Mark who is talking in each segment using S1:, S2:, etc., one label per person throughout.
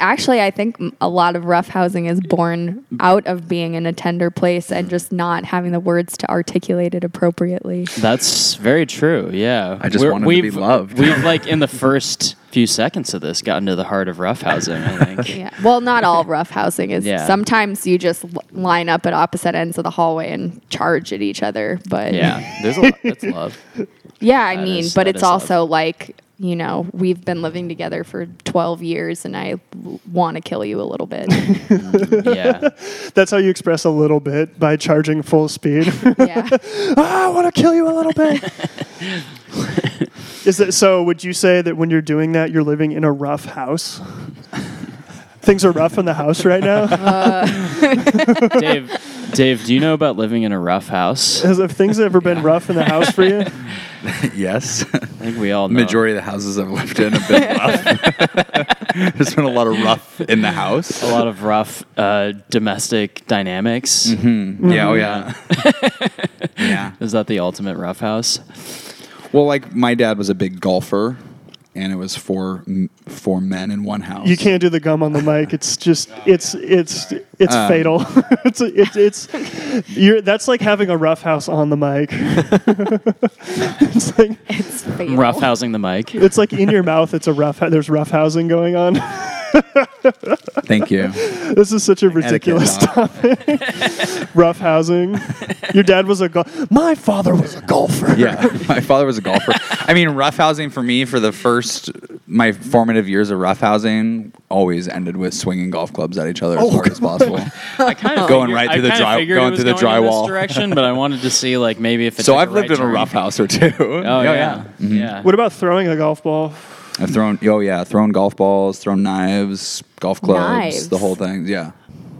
S1: actually, I think a lot of roughhousing is born out of being in a tender place and just not having the words to articulate it appropriately.
S2: That's very true. Yeah,
S3: I just
S2: We're-
S3: want him to be loved.
S2: We've like in the first few seconds of this gotten to the heart of roughhousing. I think.
S1: Yeah. Well, not all roughhousing is.
S2: Yeah.
S1: Sometimes you just l- line up at opposite ends of the hallway and charge at each other. But
S2: Yeah, there's a lot. That's love.
S1: Yeah, I
S2: That
S1: mean,
S2: is-
S1: but
S2: that
S1: it's
S2: is love.
S1: also like, you know, we've been living together for 12 years and I want to kill you a little bit.
S2: Yeah,
S4: That's how you express a little bit by charging full speed.
S1: yeah.
S4: ah, I want to kill you a little bit. Is that so? Would you say that when you're doing that, you're living in a rough house? Things are rough in the house right now.
S2: Dave. Dave, do you know about living in a rough house?
S4: Has have things ever been rough in the house for you?
S3: yes.
S4: Uh,
S2: I think we all know.
S3: Majority of the houses I've lived in have been rough. There's been a lot of rough in the house.
S2: a lot of rough uh, domestic dynamics.
S4: Mm-hmm.
S3: Yeah, oh yeah. yeah.
S2: Is that the ultimate roughhouse?
S3: Well, like my dad was a big golfer, and it was four m- four men in one house.
S4: You can't do the gum on the mic. It's just it's it's it's fatal. it's it's it's you're that's like having a rough house on the mic. it's like
S1: It's fatal.
S2: Roughhousing the mic.
S4: it's like in your mouth. It's a rough. There's rough housing going on.
S3: Thank you.
S4: This is such a ridiculous
S3: Etiquette, uh, dog.
S4: rough housing. Your dad was a gol My father was a golfer.
S3: Yeah, my father was a golfer. I mean, roughhousing for me for the first my formative years of roughhousing always ended with swinging golf clubs at each other
S4: Oh,
S3: as hard as possible.
S2: I kind of
S3: Going right through the dry- going through the
S2: going in this
S3: drywall.
S2: direction, but I wanted to see like maybe if it's
S3: so I've lived in a roughhouse or two. Oh,
S2: Oh, yeah, yeah.
S4: What about throwing a golf ball?
S3: I've thrown oh yeah, thrown golf balls, thrown knives, golf clubs,
S1: Knives.
S3: the whole thing. Yeah.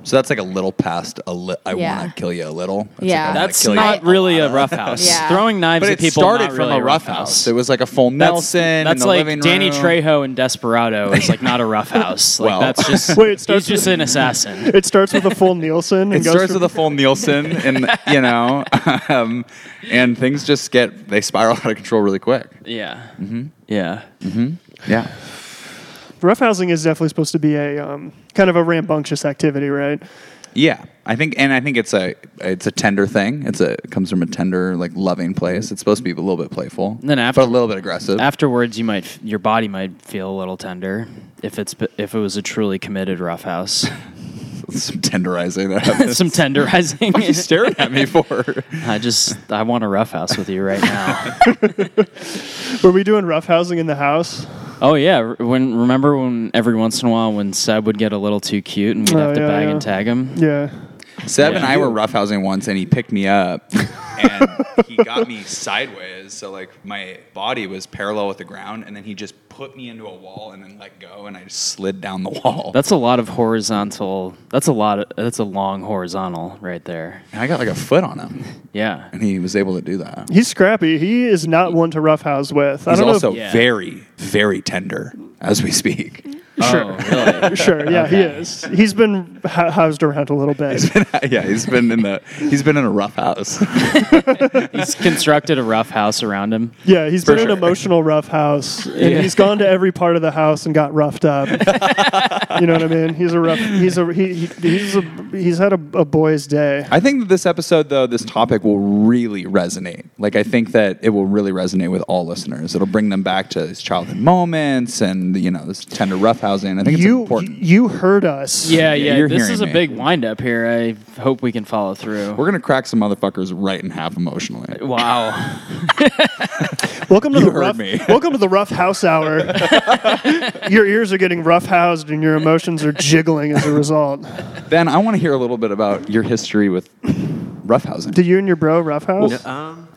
S3: So that's like a little past a li- I
S1: Yeah.
S3: want to kill you a little. That's
S1: Yeah.
S3: like, I wanna
S2: That's
S3: kill you.
S2: not really a roughhouse.
S1: Yeah.
S2: Throwing knives
S3: But
S2: at
S3: it
S2: people
S3: started
S2: not
S3: from
S2: really
S3: a rough house. It was like a full
S2: That's,
S3: Nelson. in
S2: that's
S3: the
S2: like
S3: living
S2: Danny
S3: room.
S2: Trejo in Desperado is like not a roughhouse. Like
S3: Well.
S2: that's just
S4: Wait, it starts
S2: he's just an assassin.
S4: It starts with a full Nielsen. And
S3: It
S4: goes
S3: starts with
S4: from-
S3: a full Nielsen, and you know, um, and things just get they spiral out of control really quick.
S2: Yeah,
S3: Mm-hmm.
S2: yeah.
S3: Yeah,
S4: roughhousing is definitely supposed to be a um, kind of a rambunctious activity, right?
S3: yeah. I think, and I think it's a it's a tender thing. It's a it comes from a tender, like loving place. It's supposed to be a little bit playful,
S2: Then after-
S3: but a little bit aggressive.
S2: Afterwards, you might f- your body might feel a little tender if it's if it was a truly committed roughhouse.
S3: Some tenderizing that happens.
S2: Some tenderizing.
S3: What are you staring at me for?
S2: I just I want a roughhouse with you right now.
S4: Were we doing roughhousing in the house?
S2: Oh yeah, re- when remember when every once in a while when Seb would get a little too cute and we'd
S4: Oh,
S2: have to
S4: yeah,
S2: bag
S4: yeah.
S2: and tag him.
S4: Yeah.
S3: Seb and
S2: Yeah.
S3: I were roughhousing once, and he picked me up, and he got me sideways, so like my body was parallel with the ground, and then he just put me into a wall and then let go, and I just slid down the wall.
S2: That's a lot of horizontal. That's a lot. Of, that's a long horizontal right there.
S3: and I got like a foot on him,
S2: Yeah.
S3: and he was able to do that.
S4: He's scrappy. He is not one to roughhouse with. I
S3: He's
S4: don't
S3: also
S4: know.
S2: Yeah.
S3: very, very tender as we speak.
S2: Sure. really?
S4: If, sure. Yeah, he is. He's been hou- housed around a little bit.
S3: yeah, he's been in the he's been in a rough house.
S2: He's constructed a rough house around him.
S4: Yeah, he's been
S3: sure.
S4: an emotional rough house, and
S2: Yeah.
S4: he's gone to every part of the house and got roughed up. you know what I mean? He's a rough. He's a he, he- he's a he's had a, a boy's day.
S3: I think that this episode, though, this topic will really resonate. Like, I think that it will really resonate with all listeners. It'll bring them back to these childhood moments and, you know, this tender roughhousing. I think it's
S4: You
S3: important.
S4: you heard us.
S2: Yeah,
S3: Yeah,
S2: yeah.
S3: you're
S2: this
S3: hearing
S2: is a
S3: me.
S2: big windup here. I hope we can follow through.
S3: We're going to crack some motherfuckers right in half emotionally.
S2: wow.
S4: Welcome to
S3: You
S4: the
S3: heard
S4: rough.
S3: me.
S4: Welcome to the rough house hour. your ears are getting rough housed, and your emotions are jiggling as a result.
S3: Ben, I want to hear a little bit about your history with roughhousing.
S4: Did you and your bro rough house?
S3: uh,
S5: Um,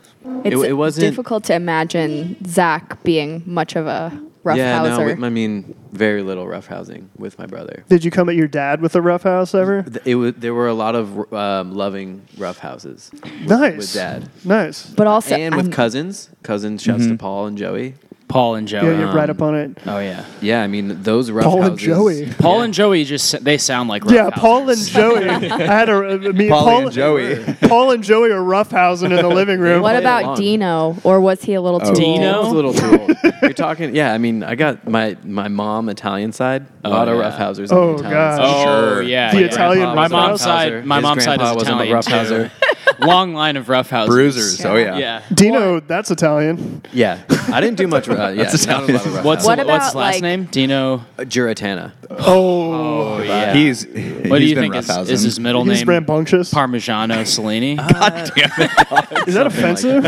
S1: It's
S5: it wasn't-
S1: difficult to imagine Zach being much of a rough
S5: yeah, no,
S1: houser.
S5: we- I mean, very little roughhousing with my brother.
S4: Did you come at your dad with a rough house ever?
S5: Th- It was, there were a lot of um, loving roughhouses with,
S4: Nice.
S5: with dad
S4: Nice.
S1: but also, um,
S5: and with
S1: I'm-
S5: cousins. Cousins, shouts
S4: Mm-hmm.
S5: to Paul and Joey.
S2: Paul and Joey.
S4: Yeah, you're
S3: Um,
S4: right up on it.
S2: Oh yeah.
S5: Yeah, I mean those roughhouses.
S4: Paul and Joey.
S2: Paul and Joey just they sound like
S4: Yeah,
S2: roughhouses.
S4: Paul and Joey. I had a I
S3: Polly
S4: mean, Paul
S3: and Joey.
S4: Paul and Joey are roughhousing in the living room.
S1: what
S5: played
S1: about
S5: along.
S1: Dino? Or was he a little too old?
S2: Dino?
S5: That was a little too old. You're talking, yeah. I mean, I got my my mom Italian side, a lot of
S2: yeah.
S5: roughhousers.
S4: Oh,
S5: on the Italian
S4: God.
S5: side.
S2: Oh
S6: Sure.
S2: yeah,
S4: The
S2: yeah.
S4: Italian
S2: My
S4: roughhouser.
S2: mom's side. My
S5: His
S2: mom's side is
S5: grandpa was on the
S2: Italian too. Long line of roughhousers.
S6: Bruisers. Oh yeah.
S2: Yeah.
S4: Dino, that's Italian.
S5: Yeah, I didn't do much. Uh, yeah,
S6: That's
S5: not a lot of
S6: Italian.
S5: roughhouses.
S2: What's
S1: What
S2: what's
S1: about,
S2: his last
S1: like-
S2: name? Dino.
S5: Uh, Giratana?
S4: Oh,
S2: Oh yeah.
S6: Uh, He's.
S2: What do you think is, is his middle
S4: he's
S2: name?
S4: rambunctious.
S2: Parmigiano Cellini.
S4: Is that offensive?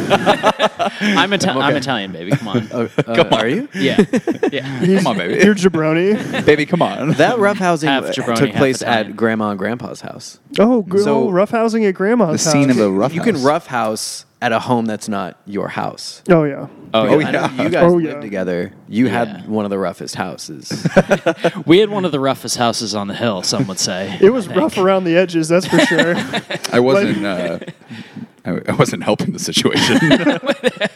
S2: I'm, Ita- I'm Italian, baby. Come on.
S4: Oh,
S5: Come on. Uh, Are you?
S2: Yeah. Yeah.
S6: Come on, baby.
S4: You're jabroni.
S6: baby, come on.
S5: That roughhousing
S2: Half
S5: uh,
S2: jabroni,
S5: took
S2: half
S5: place
S2: Italian.
S5: at Grandma and Grandpa's house.
S4: Oh, gr-
S5: So-
S4: oh, roughhousing at grandma's
S6: The scene
S4: house.
S6: of a rough.
S5: You can roughhouse at a home that's not your house.
S4: Oh yeah.
S6: Oh
S5: I know
S6: yeah.
S5: you guys
S4: Oh,
S5: lived
S4: yeah.
S5: together. You
S2: Yeah.
S5: had one of the roughest houses.
S2: We had one of the roughest houses on the hill, some would say.
S4: It was
S2: I think.
S4: rough around the edges, that's for sure.
S6: I wasn't. Uh, I I wasn't helping the situation.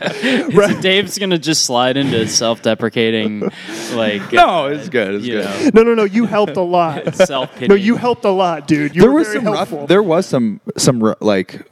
S2: Dave's gonna just slide into self-deprecating, like
S6: no, it's good. It's
S2: you
S6: good.
S2: know,
S4: No, no, no. You helped a lot.
S2: self-pity.
S4: No, you helped a lot, dude. You
S6: there
S4: were
S6: was
S4: very
S6: some
S4: helpful.
S6: rough. There was some some ru- like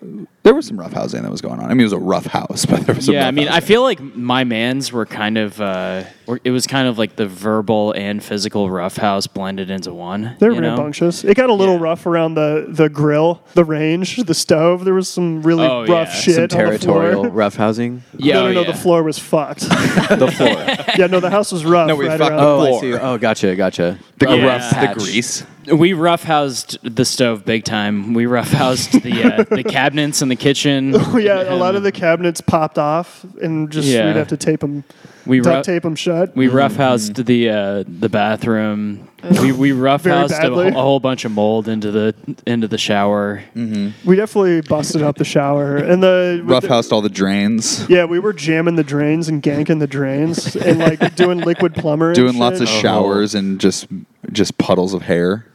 S6: there was some rough housing that was going on. I mean, it was a rough house, but there was some
S2: yeah, I
S6: rough
S2: mean, I
S6: housing.
S2: feel like my mans were kind of, uh, were, it was kind of like the verbal and physical roughhouse blended into one.
S4: They're
S2: you know?
S4: rambunctious. It got a little
S2: Yeah.
S4: rough around the, the grill, the range, the stove. There was some really
S2: Oh,
S4: rough
S2: yeah.
S4: shit
S5: Some
S4: on the floor.
S5: territorial roughhousing.
S2: Yeah,
S4: no, no,
S2: oh,
S4: no.
S2: yeah.
S4: The floor was fucked.
S5: the floor.
S4: yeah, no, the house was rough.
S6: No, we
S4: right
S6: fucked
S4: around
S5: Oh,
S4: the-
S5: I see. Oh, gotcha, gotcha.
S6: the,
S2: Yeah.
S6: rough
S5: patch.
S6: the grease.
S2: We roughhoused the stove big time. We roughhoused the uh, the cabinets in the kitchen.
S4: Oh, yeah, a lot of the cabinets popped off, and just
S2: Yeah.
S4: we'd have to tape them,
S2: we
S4: duct
S2: rou-
S4: tape them shut.
S2: We
S6: Mm-hmm,
S2: roughhoused the uh, the bathroom. We we
S4: Very
S2: roughhoused a,
S4: badly. Mm-hmm.
S2: wh- a whole bunch of mold into the into the shower.
S4: We definitely busted up the shower and the with
S6: Rough
S4: the-
S6: housed all the drains.
S4: Yeah, we were jamming the drains and ganking the drains and like doing liquid plumber, and
S6: Doing lots of
S4: shit.
S6: showers and just just puddles of hair.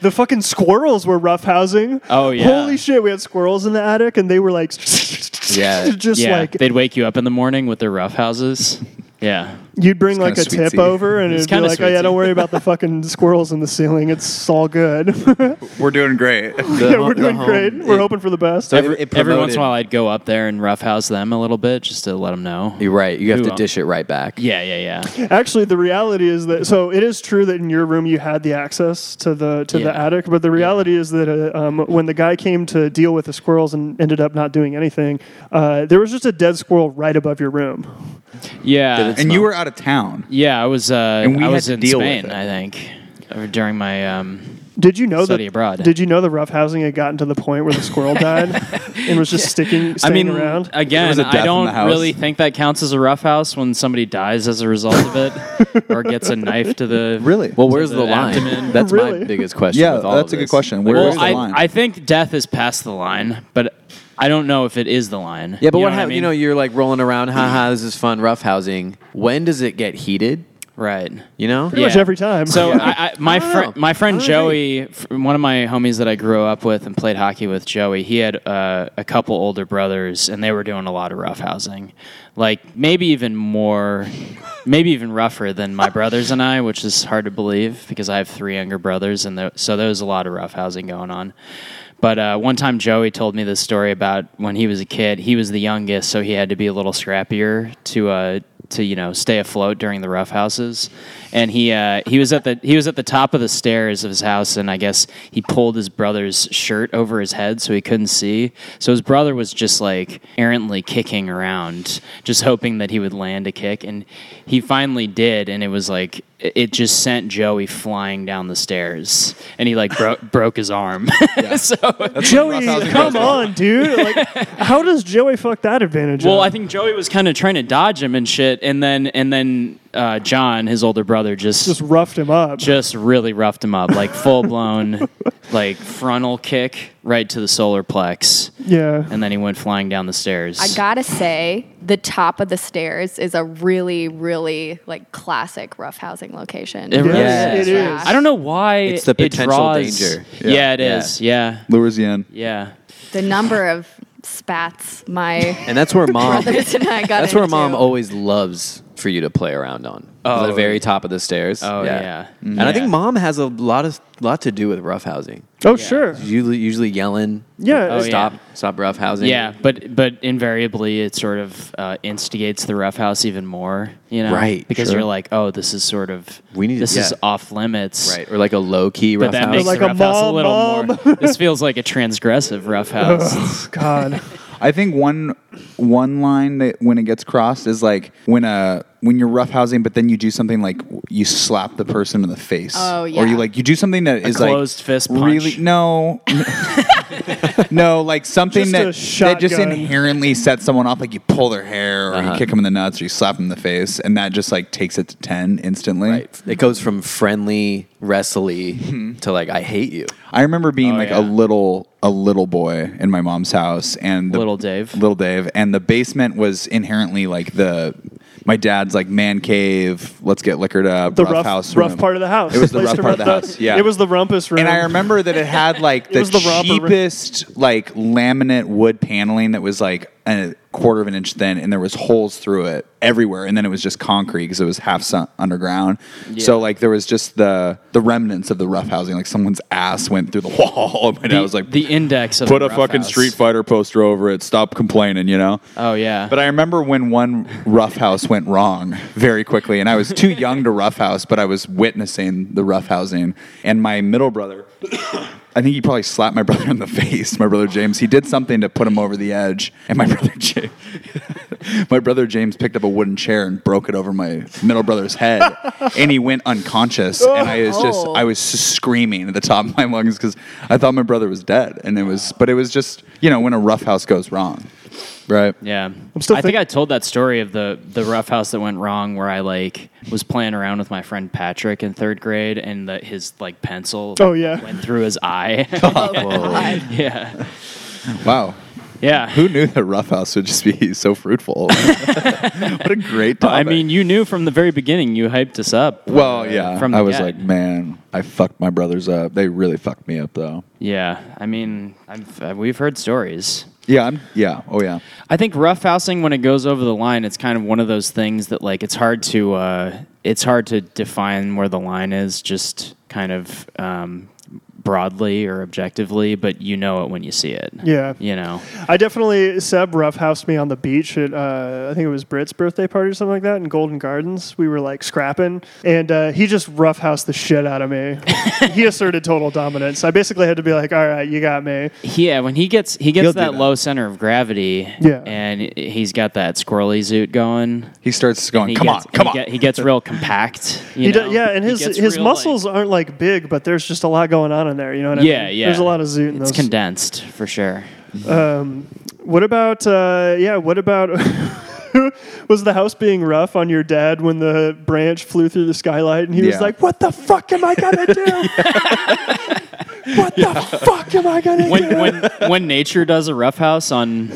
S4: The fucking squirrels were roughhousing.
S2: Oh, yeah.
S4: Holy shit, we had squirrels in the attic and they were like
S5: Yeah.
S4: just
S2: yeah,
S4: like
S2: they'd wake you up in the morning with their roughhouses. Yeah,
S4: you'd bring
S6: It's
S4: like
S6: kinda
S4: a
S6: sweet
S4: tip
S6: tea.
S4: over and it'd be
S2: kinda
S4: like, Oh
S2: sweet
S4: yeah,
S2: tea.
S4: don't worry about the fucking squirrels in the ceiling. It's all good.
S6: We're doing great.
S5: The
S4: yeah,
S5: ho-
S4: we're
S5: the
S4: doing
S5: home-
S4: great. we're
S5: it-
S4: hoping for the best.
S5: So- It
S2: every once
S5: promoted-
S2: in a while I'd go up there and roughhouse them a little bit just to let them know.
S5: You're right. You have
S2: Who
S5: to dish it right back.
S2: Yeah, yeah, yeah.
S4: Actually the reality is that so it is true that in your room you had the access to the to the
S2: Yeah.
S4: attic, but the reality is that uh, um, when the guy came to deal with the squirrels and ended up not doing anything, uh, there was just a dead squirrel right above your room.
S2: Yeah,
S6: and you were out of town.
S2: yeah. I was. Uh,
S6: And we
S2: I
S6: had
S2: was
S6: to
S2: in
S6: deal with
S2: Spain,
S6: it.
S2: I think, or during my. Um,
S4: Did you know
S2: Study
S4: that
S2: abroad.
S4: Did you know the roughhousing had gotten to the point where the squirrel died and was just sticking,
S2: I
S4: staying
S2: mean,
S4: around?
S6: There was
S2: again,
S6: a death
S2: I
S6: in
S2: don't
S6: the house.
S2: really think that counts as a roughhouse when somebody dies as a result of it, or gets a knife to the
S6: Really?
S5: Well, where's
S2: To
S5: the,
S2: the
S5: line?
S2: abdomen.
S5: That's
S4: Really?
S5: my biggest question.
S6: Yeah,
S5: with all
S6: that's
S5: of
S6: a good
S5: this.
S6: question.
S5: Like,
S6: Where
S2: Well,
S6: is the
S2: I,
S6: line?
S2: I think death is past the line, but I don't know if it is the line.
S5: Yeah, but
S2: You
S5: what
S2: know I
S5: happened?
S2: mean? Mm-hmm.
S5: You know, you're like rolling around. Haha, this is fun. Roughhousing. When does it get heated?
S2: right?
S5: You know.
S4: Pretty much every time.
S2: So
S4: Yeah.
S2: I, I, my
S5: don't
S2: friend,
S5: know.
S2: my friend
S5: I don't know.
S2: Joey, f- one of my homies that I grew up with and played hockey with, Joey, he had uh, a couple older brothers, and they were doing a lot of roughhousing, like maybe even more, maybe even rougher than my brothers and I, which is hard to believe because I have three younger brothers, and there, so there was a lot of roughhousing going on. But uh, one time, Joey told me this story about when he was a kid. He was the youngest, so he had to be a little scrappier to uh, to you know stay afloat during the rough houses. And he uh, he was at the he was at the top of the stairs of his house, and I guess he pulled his brother's shirt over his head so he couldn't see. So his brother was just like errantly kicking around, just hoping that he would land a kick, and he finally did, and it was like. it- It just sent Joey flying down the stairs, and he like bro- broke his arm. so
S4: Joey,
S6: roughhousing
S4: come
S6: goes on.
S4: on, dude! Like, how does Joey fuck that advantage?
S2: Well,
S4: up?
S2: I think Joey was kind of trying to dodge him and shit, and then and then uh, John, his older brother, just
S4: just
S2: just,
S4: roughed him up.
S2: really roughed him up, like full blown, like frontal kick right to the solar plex,
S4: yeah,
S2: and then he went flying down the stairs.
S1: I gotta say, the top of the stairs is a really, really like classic roughhousing location.
S2: It really
S5: Yeah.
S4: is. It is.
S2: I don't know why
S5: It's the
S2: it
S5: potential
S2: draws,
S5: danger.
S2: Yeah, it
S5: Yeah.
S2: is. Yeah,
S6: Lures you in.
S2: yeah.
S1: The number of spats my
S5: And that's where mom.
S1: brothers and I got.
S5: that's where
S1: into. Oh,
S5: mom always loves for you to play around on. It was at the
S2: Oh.
S5: very top of the stairs.
S2: Oh, yeah.
S5: And I think
S2: Yeah.
S5: mom has a lot of lot to do with roughhousing.
S4: Oh, sure.
S5: Usually, usually yelling.
S4: Yeah.
S2: Oh,
S5: stop,
S2: yeah.
S5: stop roughhousing.
S2: Yeah, but but invariably it sort of uh, instigates the roughhouse even more, you know,
S5: Right,
S2: Because
S5: sure.
S2: you're like, oh, this is sort of
S5: We need to-
S2: this is
S5: yeah.
S2: off limits,
S5: right. Or like a low key
S2: But
S5: roughhouse.
S2: that makes
S4: Like
S2: the
S4: a
S2: roughhouse a
S4: mom,
S2: little
S4: mom.
S2: more. this feels like a transgressive roughhouse.
S4: God.
S3: I think one one line that when it gets crossed is like when a when you're roughhousing, but then you do something like you slap the person in the face.
S1: Oh,
S3: Or
S1: yeah.
S3: you like you do something that is
S2: closed
S3: like
S2: fist
S3: Really
S2: punch.
S3: no. no, like something
S4: Just a
S3: that that just
S4: shotgun.
S3: inherently sets someone off. Like you pull their hair, or you kick them in the nuts, or you slap them in the face, and that just like takes it to ten instantly.
S5: Right. It goes from friendly, wrestly
S2: Hmm.
S5: to like I hate you.
S3: I remember being
S2: Oh,
S3: like
S2: yeah.
S3: a little a little boy in my mom's house and the,
S2: Little Dave.
S3: Little Dave and the basement was inherently like the my dad's like man cave, let's get liquored up,
S4: The rough,
S3: house
S4: rough
S3: room.
S4: part of the house.
S3: It was the
S4: Place
S3: rough
S4: to
S3: part of the
S4: rent
S3: house. Yeah.
S4: It was the rumpus room.
S3: And I remember that it had like the,
S4: was the romper room.
S3: cheapest like laminate wood paneling that was like a quarter of an inch thin, and there was holes through it everywhere, and then it was just concrete because it was half sun- underground. So like there was just the the remnants of the rough housing, like someone's ass went through the wall, and I was like,
S2: the index of
S3: put a
S2: rough
S3: fucking
S2: house.
S3: Street Fighter poster over it. Stop complaining, you know.
S2: Oh yeah,
S3: But I remember when one roughhouse went wrong very quickly, and I was too young to roughhouse, but I was witnessing the roughhousing. And my middle brother, I think he probably slapped my brother in the face. My brother James, he did something to put him over the edge, and my brother James, my brother James picked up a wooden chair and broke it over my middle brother's head, and he went unconscious. And I was just,
S1: Oh.
S3: I was screaming at the top of my lungs because I thought my brother was dead, and it was, but it was just, you know, when a roughhouse goes wrong, right?
S2: Yeah, i
S4: still
S2: think
S4: think-
S2: I told that story of the the rough house that went wrong, where I like was playing around with my friend Patrick in third grade, and that his like pencil
S4: Oh, yeah.
S2: went through his eye.
S1: Oh, God.
S2: yeah,
S3: Wow.
S2: yeah.
S3: Who knew that roughhouse would just be so fruitful? what a great
S2: I
S3: topic.
S2: mean, you knew from the very beginning. You hyped us up.
S3: well,
S2: uh,
S3: yeah.
S2: From
S3: I
S2: the
S3: was
S2: get.
S3: like, man, I fucked my brothers up. They really fucked me up, though.
S2: yeah. I mean, I've, uh, we've heard stories.
S3: Yeah, I'm. Yeah. Oh, yeah.
S2: I think roughhousing when it goes over the line, it's kind of one of those things that like it's hard to uh, it's hard to define where the line is, just kind of um, broadly or objectively, but you know it when you see it.
S4: Yeah.
S2: you know.
S4: I definitely Seb roughhoused me on the beach at uh, I think it was Britt's birthday party or something like that in Golden Gardens. We were like scrapping, and uh, he just roughhoused the shit out of me. he asserted total dominance. I basically had to be like, "All right, you got me."
S2: Yeah, when he gets he
S3: He'll
S2: gets
S3: do
S2: that,
S3: that.
S2: low center of gravity,
S4: Yeah.
S2: and he's got that squirrely zoot going.
S3: He starts going,
S2: He
S3: come
S2: gets,
S3: on, come
S2: he
S3: on.
S2: get- he gets real compact. You
S4: He
S2: know?
S4: do- yeah, and
S2: He
S4: his
S2: gets
S4: his
S2: real,
S4: muscles aren't like big, but there's just a lot going on in there. You know what I
S2: Like, yeah,
S4: mean?
S2: yeah.
S4: There's a lot of zoot in
S2: It's
S4: those.
S2: condensed for sure.
S4: what about uh, yeah? What about was the house being rough on your dad when the branch flew through the skylight and he was
S3: Yeah.
S4: like, "What the fuck am I gonna do?" What the fuck am I gonna do?
S2: When when when nature does a roughhouse on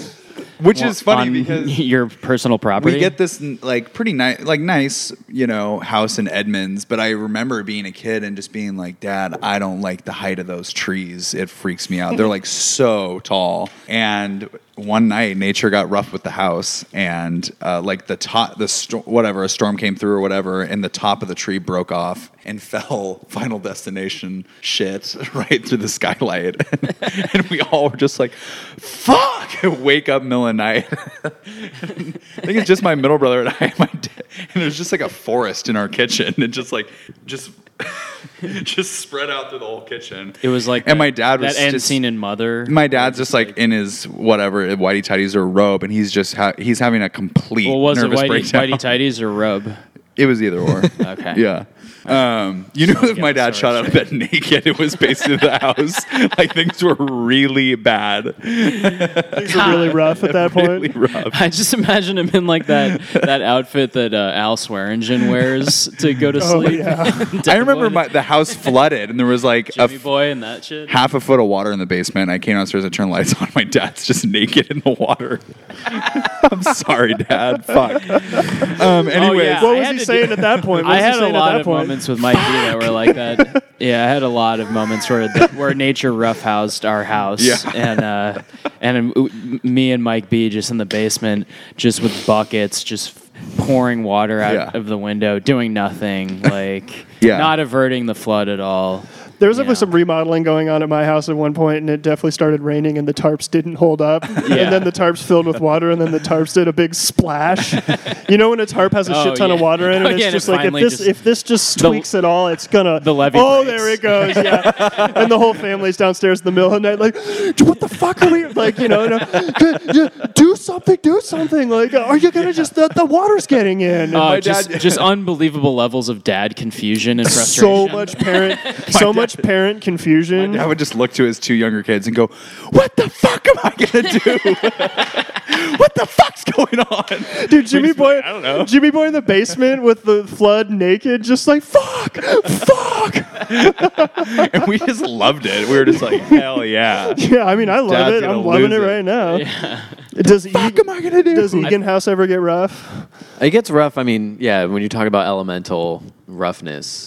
S3: Which is funny
S2: on
S3: because
S2: your personal property.
S3: we get this n- like pretty nice, like nice, you know, house in Edmonds. But I remember being a kid and just being like, Dad, I don't like the height of those trees. It freaks me out. They're like so tall. And one night, nature got rough with the house, and uh, like the top, the sto- whatever, a storm came through or whatever, and the top of the tree broke off and fell final destination shit right through the skylight and we all were just like fuck wake up middle of the night I think it's just my middle brother and I, and my dad, and there's just like a forest in our kitchen, and just like just just spread out through the whole kitchen.
S2: It was like
S3: and
S2: that-
S3: my dad
S2: that
S3: was
S2: end
S3: just,
S2: scene in Mother.
S3: My dad's just like in his whatever whitey tidies or robe, and he's just ha- he's having a complete
S2: well, was it
S3: nervous
S2: Whitey, Uh.
S3: breakdown.
S2: Whitey Tidies or Rub?
S3: It was either or.
S2: Okay.
S3: Yeah. Um, you know, if
S2: get
S3: my
S2: the
S3: dad shot
S2: story
S3: out of bed naked, it was basically the house. Like things were really bad,
S4: Things were really rough at that
S3: really
S4: point.
S3: rough.
S2: I just imagine him in like that that outfit that uh, Al Swearingen wears to go to
S4: Oh,
S2: sleep.
S4: yeah.
S3: I remember my, the house flooded, and there was like
S2: Jimmy
S3: a
S2: Boy and that shit.
S3: half a foot of water in the basement. I came downstairs, I turned the lights on. My dad's just naked in the water. I'm sorry, Dad. Fuck. Um, anyways,
S2: yeah.
S4: What
S2: I
S4: was
S2: had
S4: he
S2: to
S4: saying
S2: do-
S4: at that point? What
S2: I
S4: was he
S2: had a
S4: saying at
S2: lot
S4: that
S2: of
S4: point?
S2: moments with Mikey that were like that. Yeah, I had a lot of moments where the, where nature roughhoused our house,
S3: Yeah.
S2: and uh, and um, me and Mike B just in the basement, just with buckets, just pouring water out
S3: Yeah.
S2: of the window, doing nothing, like
S3: Yeah.
S2: not averting the flood at all.
S4: There was definitely
S2: Yeah.
S4: some remodeling going on at my house at one point, and it definitely started raining, and the tarps didn't hold up.
S2: Yeah.
S4: And then the tarps filled with water, and then the tarps did a big splash. you know when a tarp has a
S2: Oh,
S4: shit ton of
S2: yeah.
S4: water in it,
S2: Oh,
S4: and it's
S2: yeah, and
S4: just
S2: it
S4: like if
S2: finally
S4: this
S2: just-
S4: if this just tweaks at all, it's gonna
S2: the levee
S4: Oh,
S2: breaks.
S4: there it goes. Yeah, and the whole family's downstairs in the middle of the night, like, what the fuck are we like? You know, no, do something, do something. Like, are you gonna just the, the water's getting in?
S2: Uh,
S3: My
S2: just,
S3: dad-
S2: just unbelievable levels of dad confusion and frustration.
S4: so much parent, so much parent confusion.
S3: I would just look to his two younger kids and go, "What the fuck am I gonna do? what the fuck's going on?"
S4: Dude, Jimmy Boy,
S3: I don't know.
S4: Jimmy Boy in the basement with the flood naked, just like fuck, fuck.
S3: And we just loved it. We were just like, "Hell yeah!"
S4: Yeah, I mean, I love
S3: Dad's
S4: it.
S3: gonna
S4: I'm loving
S3: lose
S4: it
S3: it.
S4: right now. Does e-
S3: What am I gonna do?
S4: does Egan House ever get rough?
S5: It gets rough. I mean, yeah, when you talk about elemental roughness,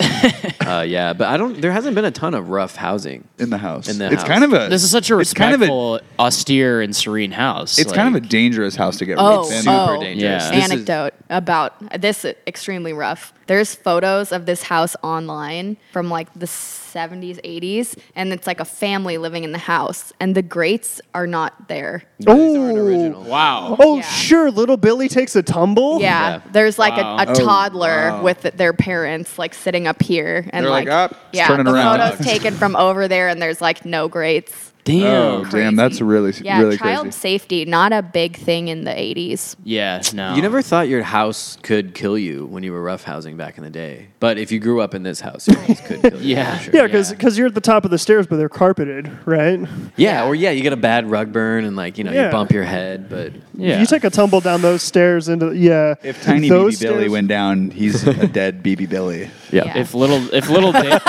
S5: uh, yeah. But I don't. There hasn't been a ton of rough housing.
S3: in the house.
S5: In the
S3: it's
S5: house.
S3: kind of a.
S2: This is such a
S3: it's kind of a-
S2: respectful, austere, and serene house.
S3: It's kind of a dangerous house to get
S1: Oh,
S3: raped in.
S1: oh.
S5: dangerous.
S2: Yeah.
S5: This is-
S1: anecdote about this is extremely rough. There's photos of this house online from like the 70s, 80s, and it's like a family living in the house, and the grates are not there.
S4: Oh,
S5: Original.
S2: wow.
S4: oh,
S1: Yeah.
S4: sure. Little Billy takes a tumble.
S1: Yeah,
S5: Yeah.
S1: there's like
S2: Wow.
S3: Oh,
S1: a, a toddler with their parents like sitting up here, and
S3: They're like,
S1: like,
S3: "Up, it's
S1: yeah,
S3: turning
S1: the
S3: around."
S1: photos taken from over there, and there's like no grates.
S2: Damn.
S3: Oh, damn, that's really
S1: Yeah,
S3: really
S1: child
S3: crazy.
S1: safety not a big thing in the 80s.
S2: Yeah, no.
S5: You never thought your house could kill you when you were roughhousing back in the day. But if you grew up in this house, your house could kill you.
S2: Yeah.
S5: for sure.
S4: Yeah, because you're at the top of the stairs, but they're carpeted, right?
S5: Yeah, or yeah, you get a bad rug burn and like you know
S4: Yeah.
S5: you bump your head, but
S2: Yeah.
S4: You take a tumble down those stairs into yeah.
S3: If tiny
S4: those
S3: BB Billy
S4: stairs-
S3: went down, he's a dead BB Billy.
S1: Yeah.
S2: if little if little da-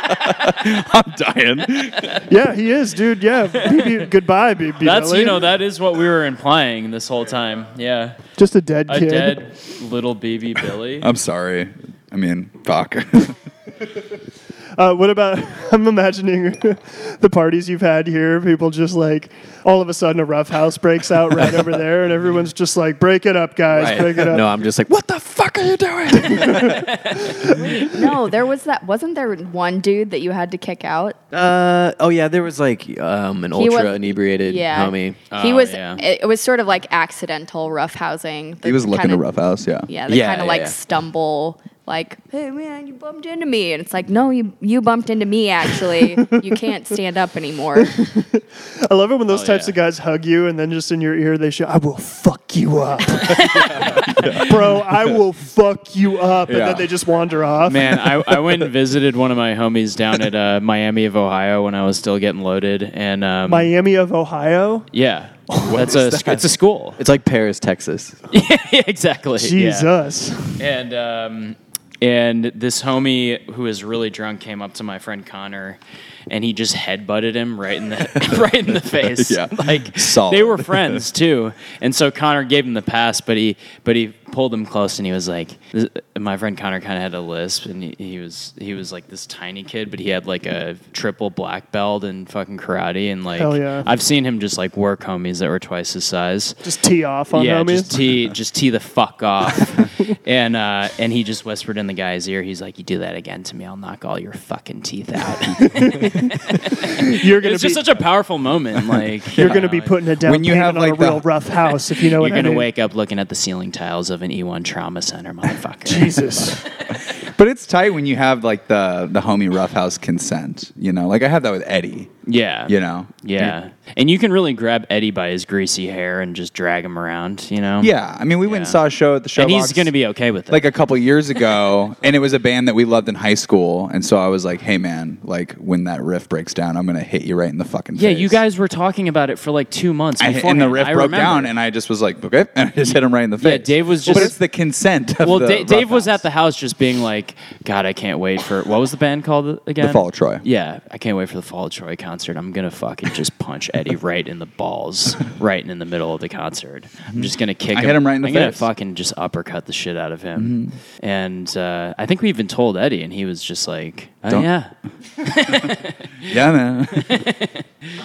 S3: I'm dying.
S4: yeah, he is, dude. Yeah, BB, goodbye, BB
S2: that's
S4: Billy.
S2: you know that is what we were implying this whole time. Yeah.
S4: just a dead
S2: A
S4: kid.
S2: dead little baby Billy.
S3: I'm sorry. I mean, fuck.
S4: Uh, what about? I'm imagining the parties you've had here. People just like all of a sudden a rough house breaks out right over there, and everyone's just like, "Break it up, guys! Break it up!"
S5: no, I'm just like, what the fuck are you doing?
S1: no, there was that. Wasn't there one dude that you had to kick out?
S5: uh, oh yeah, there was like um, an
S1: He was-
S5: ultra inebriated
S1: yeah.
S5: homie.
S1: He
S2: Oh,
S1: was.
S2: yeah.
S1: It, it was sort of like accidental roughhousing.
S3: he was looking
S1: kinda,
S3: to rough house. Yeah.
S1: Yeah, they
S5: Yeah,
S1: kind of
S5: yeah,
S1: like
S5: yeah.
S1: stumble. Like, hey man, you bumped into me, and it's like, no, you you bumped into me. Actually, you can't stand up anymore.
S4: I love it when those
S2: Oh,
S4: types
S2: yeah.
S4: of guys hug you, and then just in your ear they shout, "I will fuck you up, bro! I will fuck you up," and
S3: Yeah.
S4: then they just wander off.
S2: Man, I, I went and visited one of my homies down at uh, Miami of Ohio when I was still getting loaded, and um,
S4: Miami of Ohio.
S2: yeah, that's a sc- it's a school.
S5: It's like Paris, Texas.
S2: yeah, exactly. Yeah.
S4: Jesus.
S2: And um, and this homie who was really drunk came up to my friend Connor, and he just headbutted him right in the right in the face.
S3: Yeah.
S2: like
S3: Solid.
S2: they were friends too. And so Connor gave him the pass, but he but he pulled him close and he was like, this- my friend Connor kind of had a lisp, and he, he was he was like this tiny kid, but he had like a triple black belt in fucking karate, and like
S4: Hell yeah.
S2: I've seen him just like work homies that were twice his size
S4: Just tee off on
S2: yeah,
S4: homies.
S2: just tee, just tee the fuck off. and uh, and he just whispered in the guy's ear, he's like, "You do that again to me, I'll knock all your fucking teeth out."
S4: you're gonna
S2: it's
S4: be
S2: just such a powerful moment. Like
S4: you're
S2: you
S4: gonna
S2: know,
S4: be putting it down
S3: When you have,
S4: payment on
S3: like,
S4: a
S3: the-
S4: real rough house, if you know what
S2: You're
S4: I
S2: gonna
S4: mean.
S2: wake up looking at the ceiling tiles of an E1 trauma center, motherfucker.
S4: Jesus.
S3: But it's tight when you have like the the homie roughhouse consent. You know, like I had that with Eddie.
S2: yeah,
S3: You know.
S2: Yeah, and you can really grab Eddie by his greasy hair and just drag him around. You know.
S3: Yeah. I mean, we went and
S2: Yeah.
S3: saw a show at the show.
S2: And he's gonna be okay with it.
S3: like a couple years ago, and it was a band that we loved in high school, and so I was like, "Hey, man, like when that riff breaks down, I'm gonna hit you right in the fucking
S2: yeah,
S3: face."
S2: you guys were talking about it for like two months.
S3: I,
S2: before
S3: and the riff broke down,
S2: and.
S3: and I just was like, "Okay," and I just hit him right in the face.
S2: Yeah, Dave was
S3: But
S2: just-
S3: it's the consent. Of
S2: well,
S3: the
S2: Da- Dave was
S3: roughhouse.
S2: at the house just being like, God, I can't wait for what was the band called again?
S3: The Fall of Troy.
S2: Yeah, I can't wait for the Fall of Troy concert. I'm gonna fucking just punch Eddie right in the balls, right in the middle of the concert. I'm just gonna kick.
S3: I
S2: him.
S3: hit him right in the
S2: I'm gonna
S3: face. Mm-hmm.
S2: fucking just uppercut the shit out of him. And uh, I think we even told Eddie, and he was just like, oh,
S3: Don't-
S2: Yeah,
S3: Yeah, man.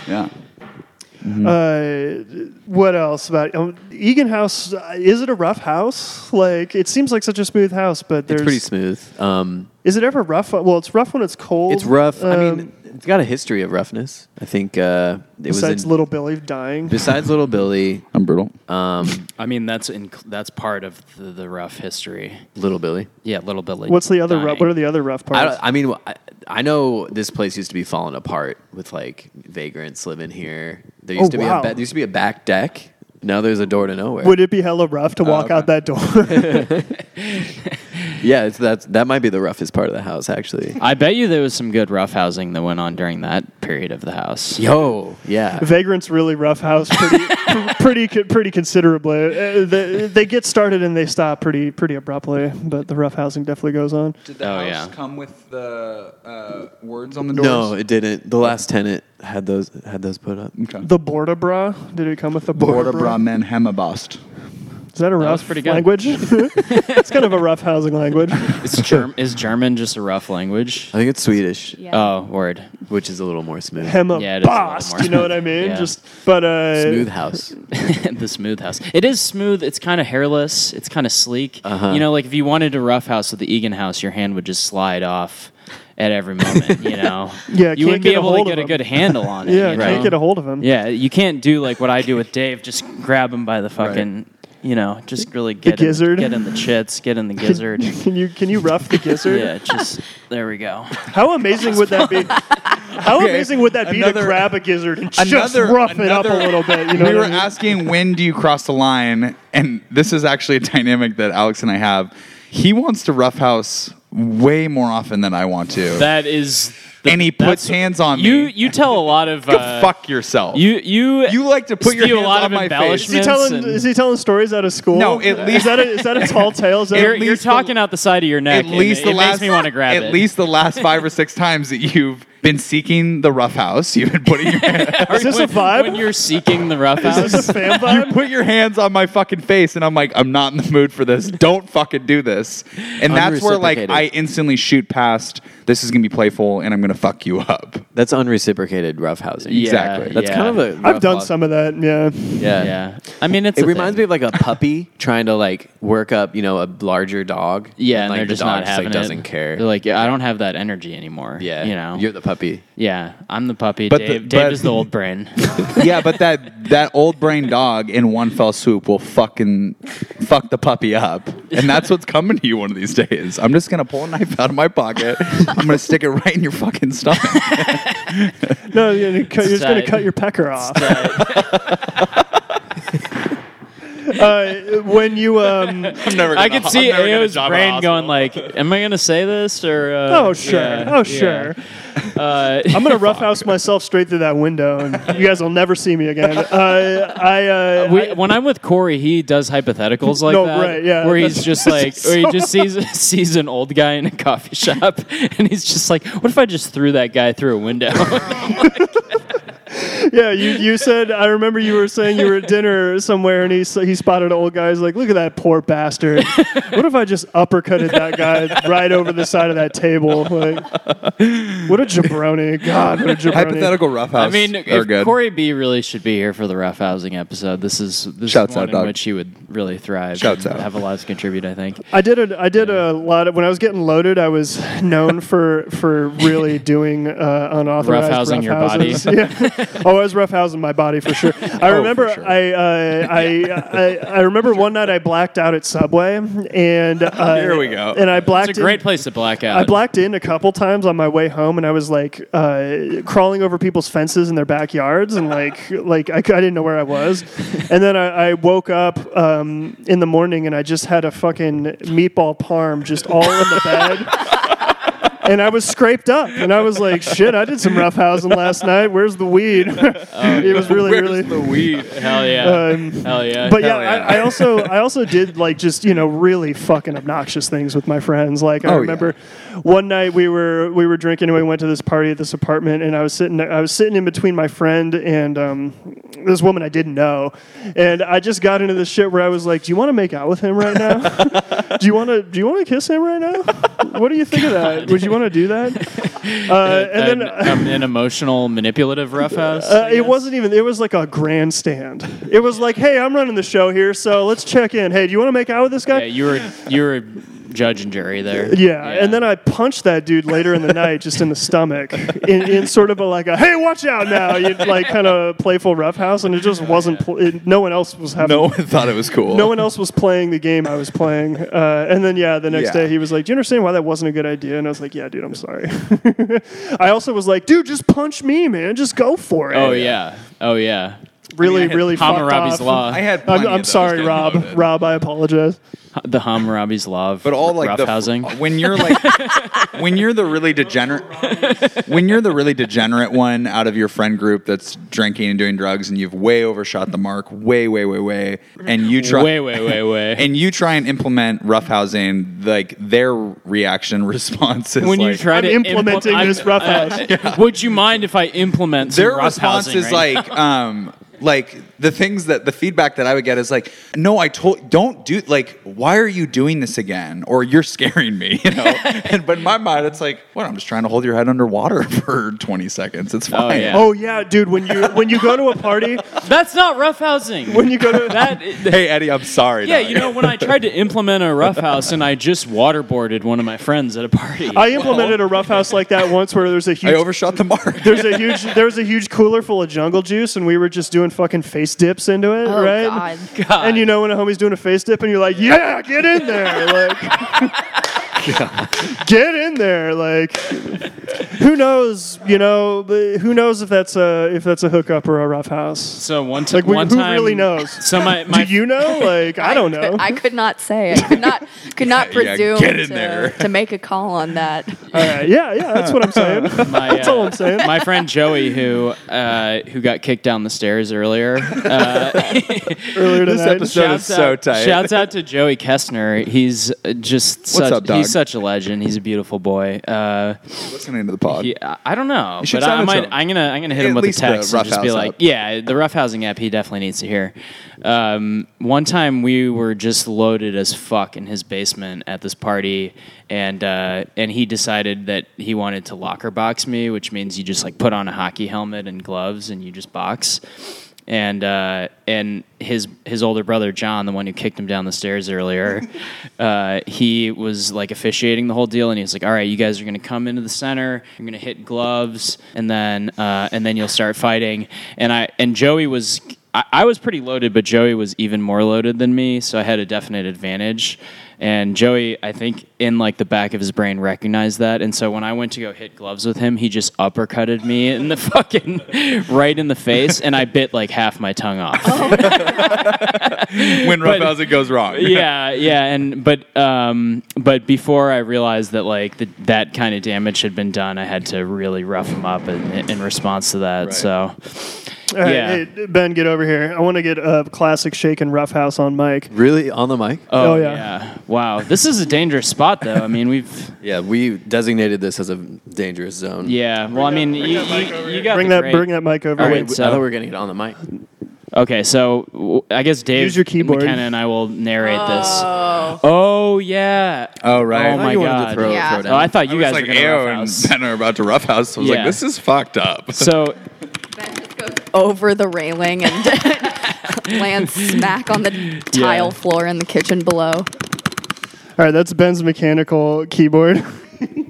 S3: yeah.
S4: Uh,
S5: Mm-hmm.
S4: what else about um, Egan House? uh, Is it a rough house? Like it seems like such a smooth house, but there's
S5: It's pretty smooth. Um,
S4: Is it ever rough? Well, it's rough when it's cold.
S5: it's rough. I mean,
S4: um,
S5: it's got a history of roughness. I think uh, it was
S4: besides
S5: in-
S4: Little Billy dying.
S5: besides little Billy,
S3: I'm brutal.
S2: Uh, I mean, that's in, that's part of the, the rough history.
S5: little Billy.
S2: Yeah, little Billy.
S4: What's the other? Rough,
S2: dying.
S4: what are the other rough
S5: I,
S4: parts?
S5: don't- I mean, I, I know this place used to be falling apart with like vagrants living here. There
S4: Oh,
S5: used to be
S4: wow.
S5: a ba- there used to be a back deck. Now there's a door to nowhere.
S4: Would it be hella rough to
S5: Oh,
S4: walk out that door?
S5: yeah, it's, that's that might be the roughest part of the house actually.
S2: I bet you there was some good rough housing that went on during that period of the house.
S5: Yo, yeah.
S4: Vagrants really rough house pretty, pretty, co- pretty considerably. Uh, they, they get started and they stop pretty, pretty abruptly. But the rough housing definitely goes on.
S6: Did the
S2: Oh,
S6: house
S2: yeah.
S6: come with the uh, words on the doors?
S5: No, it didn't. The last tenant had those had those put up.
S4: The border bra. Did it come with the border,
S3: Border bra men hemabast.
S4: Is that a rough
S2: was pretty good.
S4: language? it's kind of a rough housing language.
S2: Is, Germ- is German just a rough language?
S5: I think it's Swedish,
S1: Yeah.
S2: Oh, word.
S5: which is a little more smooth.
S4: Hema
S2: Yeah, it is a little
S4: boss.
S2: more
S4: You know what
S2: smooth.
S4: I mean?
S2: Yeah.
S4: Just but uh,
S5: smooth house.
S2: the smooth house. It is smooth. It's kind of hairless. It's kind of sleek.
S4: Uh-huh.
S2: You know, like if you wanted a rough house with the Egan house, your hand would just slide off at every moment. You know,
S4: Yeah,
S2: you wouldn't
S4: can't
S2: be
S4: get a
S2: able
S4: hold
S2: to get
S4: of
S2: a good
S4: them.
S2: handle on it.
S4: Yeah,
S2: you
S4: can't
S2: know?
S4: get a hold of him.
S2: Yeah, you can't do like what I do with Dave. Just grab him by the fucking. You know, just really get
S4: gizzard.
S2: in, get in the chits, get in the gizzard.
S4: Can you can you rough the gizzard?
S2: yeah, just there we go.
S4: How amazing would that be? How
S3: Okay,
S4: amazing would that be
S3: another-
S4: to grab a gizzard and just
S3: Another-
S4: rough it up a
S3: another-
S4: little bit? You know,
S3: we
S4: what
S3: were
S4: I mean?
S3: asking when do you cross the line, and this is actually a dynamic that Alex and I have. He wants to roughhouse way more often than I want to,
S2: That is. The,
S3: and he puts
S2: that's-
S3: hands on
S2: You
S3: me.
S2: you tell a lot of
S3: Go
S2: uh,
S3: fuck yourself.
S2: You you
S3: You like to put your
S2: spew
S3: hands
S2: a lot of
S3: on my face.
S4: Is he
S2: embellishments.
S4: telling
S2: and-
S4: is he telling stories out of school?
S3: No, at
S4: is
S3: least-
S4: that a, is that a tall tale? Is that
S2: You're,
S4: a,
S2: you're talking out the side of your neck.
S3: at least
S2: it,
S3: the
S2: it makes
S3: last
S2: me want to grab
S3: at
S2: it.
S3: least the last five or six times that you've been seeking the roughhouse, you've been putting your
S4: is this
S2: when, when
S4: a vibe?
S2: you're seeking the rough
S4: Is
S2: house.
S4: this a fan vibe?
S3: put your hands on my fucking face and I'm like I'm not in the mood for this. Don't fucking do this. And that's where like
S5: Unreciprocated.
S3: I instantly shoot past this is going to be playful and I'm going to fuck you up.
S5: That's unreciprocated rough housing.
S2: Yeah,
S3: Exactly.
S5: That's
S2: yeah.
S5: kind of a.
S4: I've
S5: rough
S4: done
S5: house-
S4: some of that. Yeah,
S5: Yeah.
S2: Yeah, I mean it's.
S5: It
S2: a
S5: reminds
S2: thing.
S5: me of like a puppy trying to like work up, you know, a larger dog.
S2: Yeah, and
S5: like
S2: they're
S5: the
S2: just
S5: dog
S2: not
S5: just,
S2: having
S5: like,
S2: it.
S5: doesn't care.
S2: They're like, yeah, I don't have that energy anymore.
S5: yeah,
S2: you know.
S5: you're the puppy.
S2: yeah, I'm the puppy.
S3: But the-
S2: Dave, Dave
S3: but-
S2: is the old brain.
S3: yeah, but that that old brain dog in one fell swoop will fucking fuck the puppy up, and that's what's coming to you one of these days. I'm just gonna pull a knife out of my pocket. I'm gonna stick it right in your fucking stomach.
S4: no, you're, gonna cut- you're just gonna
S2: tight.
S4: cut your pecker off.
S2: Uh,
S4: Uh, when you um,
S3: I'm never.
S2: I could see Ao's brain going like, "Am I gonna say this or?" Uh,
S4: oh sure,
S2: yeah,
S4: oh
S2: yeah.
S4: sure.
S2: Uh,
S4: I'm gonna roughhouse myself straight through that window, and you guys will never see me again. Uh, I uh,
S2: We, when I'm with Corey, he does hypotheticals like
S4: No,
S2: that,
S4: right, yeah,
S2: where he's
S4: that's-
S2: just like, or he just sees sees an old guy in a coffee shop, and he's just like, "What if I just threw that guy through a window?"
S4: Yeah, you, you said I remember you were saying you were at dinner somewhere and he s- he spotted an old guy. He's like, "Look at that poor bastard! What if I just uppercutted that guy right over the side of that table? Like, what a jabroni! God, what a jabroni!"
S3: hypothetical roughhouse.
S2: I mean,
S3: are
S2: if
S3: good.
S2: Corey B really should be here for the rough housing episode. This is this
S3: Shouts
S2: is one
S3: out,
S2: in
S3: dog.
S2: which he would really thrive.
S3: Shouts
S2: and
S3: out.
S2: have a lot to contribute. I think.
S4: I did a I did a lot of when I was getting loaded. I was known for for really doing uh, unauthorized
S2: Roughhousing your
S4: roughhouses. Yeah. Oh, I was roughhousing my body for sure. I remember
S3: sure.
S4: I, uh, I I I remember one night I blacked out at Subway and uh,
S3: Here we go.
S4: And I blacked.
S2: It's a great
S4: in-
S2: place to black out.
S4: I blacked in a couple times on my way home, and I was like uh, crawling over people's fences in their backyards, and like like I, c- I didn't know where I was. And then I, I woke up um, in the morning, and I just had a fucking meatball parm just all in the bed. And I was scraped up, and I was like, "Shit, I did some roughhousing last night. Where's the weed?" it was really,
S3: Where's
S4: really.
S3: the weed?
S2: Hell yeah!
S4: Um,
S2: Hell yeah!
S4: but yeah,
S3: Hell yeah.
S4: I, I also I also did like just you know really fucking obnoxious things with my friends. Like I
S3: Oh, yeah.
S4: remember one night we were we were drinking and we went to this party at this apartment and I was sitting I was sitting in between my friend and um, this woman I didn't know, and I just got into this shit where I was like, do you want to make out with him right now? do you want to do you want to kiss him right now? What do you think of that? Would you want to do that? Uh, and then uh,
S2: an, an emotional, manipulative roughhouse.
S4: uh, it wasn't even. It was like a grandstand. It was like, hey, I'm running the show here, so let's check in. Hey, do you want to make out with this guy?
S2: Yeah, you were you were judge and jury there.
S4: Yeah, and then I punched that dude later in the night, just in the stomach, in, in sort of a like a "Hey, watch out now!" You like kind of playful roughhouse, and it just wasn't. Pl- it, no one else was having.
S3: No one thought it was cool.
S4: no one else was playing the game I was playing. Uh, and then yeah, the next
S3: Yeah.
S4: day he was like, "Do you understand why that wasn't a good idea?" And I was like, "Yeah, dude, I'm sorry." I also was like, "Dude, just punch me, man. Just go for it."
S2: Oh yeah, oh yeah.
S4: really,
S3: I mean, I
S4: really. fucked
S2: Hammurabi's
S4: off.
S2: law,
S3: I had. plenty
S4: I'm,
S3: of
S4: I'm
S3: those
S4: sorry,
S3: getting
S4: Rob.
S3: loaded.
S4: Rob, I apologize.
S2: the Hammurabi's law, of
S3: But all like the
S2: roughhousing.
S3: when you're like when you're the really degenerate when you're the really degenerate one out of your friend group that's drinking and doing drugs and you've way overshot the mark, way way way way, and you try
S2: way, way, way, way.
S3: and you try and implement roughhousing, like their reaction response is
S2: when you
S3: like,
S2: try
S4: I'm
S2: to
S4: implementing
S2: I'm-
S4: this roughhouse.
S2: Would you mind if I implement some
S3: their response
S2: roughhousing
S3: is
S2: right
S3: like um like the things that the feedback that I would get is like, no, I told don't do like why are you doing this again? Or you're scaring me, you know? and but in my mind it's like, what I'm just trying to hold your head underwater for twenty seconds. It's fine.
S2: yeah.
S4: Oh yeah, dude. When you when you go to a party,
S2: now? That's not roughhousing.
S4: when you go to
S2: that.
S3: Hey Eddie, I'm sorry.
S2: yeah,
S3: dog.
S2: you know, when I tried to implement a roughhouse and I just waterboarded one of my friends at a party.
S4: I implemented a roughhouse like that once where there's a
S3: I
S4: huge
S3: overshot the mark.
S4: there's a huge there's a huge cooler full of jungle juice and we were just doing fucking face dips into it,
S1: Oh
S4: right?
S1: God.
S2: God.
S4: And you know when a homie's doing a face dip and you're like, "Yeah, get in there." Like Get in there, like who knows? You know, but who knows if that's a if that's a hookup or a rough house?
S2: so one, t-
S4: Like, we-
S2: one
S4: who
S2: time,
S4: really knows?
S2: So my, my
S4: Do you know? Like I don't know.
S1: I could not say. I could not could not
S3: Yeah, yeah,
S1: presume
S3: get in
S1: to,
S3: there.
S1: to make a call on that.
S4: All right, yeah, yeah, that's what I'm saying.
S2: my,
S4: that's
S2: uh,
S4: all I'm saying.
S2: My friend Joey, who uh, who got kicked down the stairs earlier, uh,
S4: Earlier
S3: this
S4: tonight,
S3: episode- is
S2: out,
S3: so tight.
S2: Shouts out to Joey Kestner. He's uh, just such,
S3: up, dog?
S2: he's such a legend. He's a beautiful boy. Uh,
S3: Listening to the pod.
S2: he, I I don't know,
S3: Uh, should
S2: but I,
S3: send
S2: I
S3: it to
S2: might.
S3: him.
S2: I'm gonna I'm gonna hit
S3: At
S2: him with a
S3: least the
S2: text and just be
S3: Roughhouse
S2: like,
S3: app.
S2: yeah, the rough housing app. He definitely needs to hear. Um, one time we were just loaded as fuck in his basement at this party, and uh, and he decided that he wanted to locker box me, which means you just like put on a hockey helmet and gloves and you just box. And uh, and his his older brother John, the one who kicked him down the stairs earlier, uh, he was like officiating the whole deal, and he was like, "All right, you guys are going to come into the center. You're going to hit gloves, and then uh, and then you'll start fighting." And I and Joey was I, I was pretty loaded, but Joey was even more loaded than me, so I had a definite advantage. And Joey, I think in like the back of his brain recognized that, and so when I went to go hit gloves with him, he just uppercutted me in the fucking right in the face, and I bit like half my tongue off.
S4: Oh.
S3: When roughhousing goes wrong.
S2: yeah, yeah, and but um, but before I realized that like the, that kind of damage had been done, I had to really rough him up in, in response to that.
S3: Right.
S2: So
S4: All right,
S2: Yeah.
S4: hey, Ben, get over here. I want to get a classic shake and roughhouse on Mike.
S5: Really on the mic?
S4: Oh,
S2: oh,
S4: yeah.
S2: yeah. wow, this is a dangerous spot though. I mean, we've
S5: yeah, we designated this as a dangerous zone. Oh,
S2: yeah. Well, I mean, you, you, you got
S4: Bring
S2: the
S4: that,
S2: great-
S4: bring that mic over.
S2: All
S5: Wait,
S2: right.
S5: I
S2: so- Oh
S5: thought we were gonna get on the mic.
S2: Okay, so w- I guess Dave,
S4: Use your keyboard.
S2: McKenna, and I will narrate this. Oh yeah.
S3: Oh right.
S2: Oh
S5: thought
S2: my
S5: you wanted to
S2: god.
S5: throw-
S1: Yeah.
S2: Oh, I thought you
S3: I was
S2: guys
S3: like
S2: were gonna
S3: Ayo
S2: roughhouse.
S3: and Ben are about to roughhouse. I was
S2: Yeah.
S3: like, this is fucked up.
S2: So
S1: Ben just goes over the railing and lands smack on the tile floor in the kitchen below.
S4: All right, that's Ben's mechanical keyboard.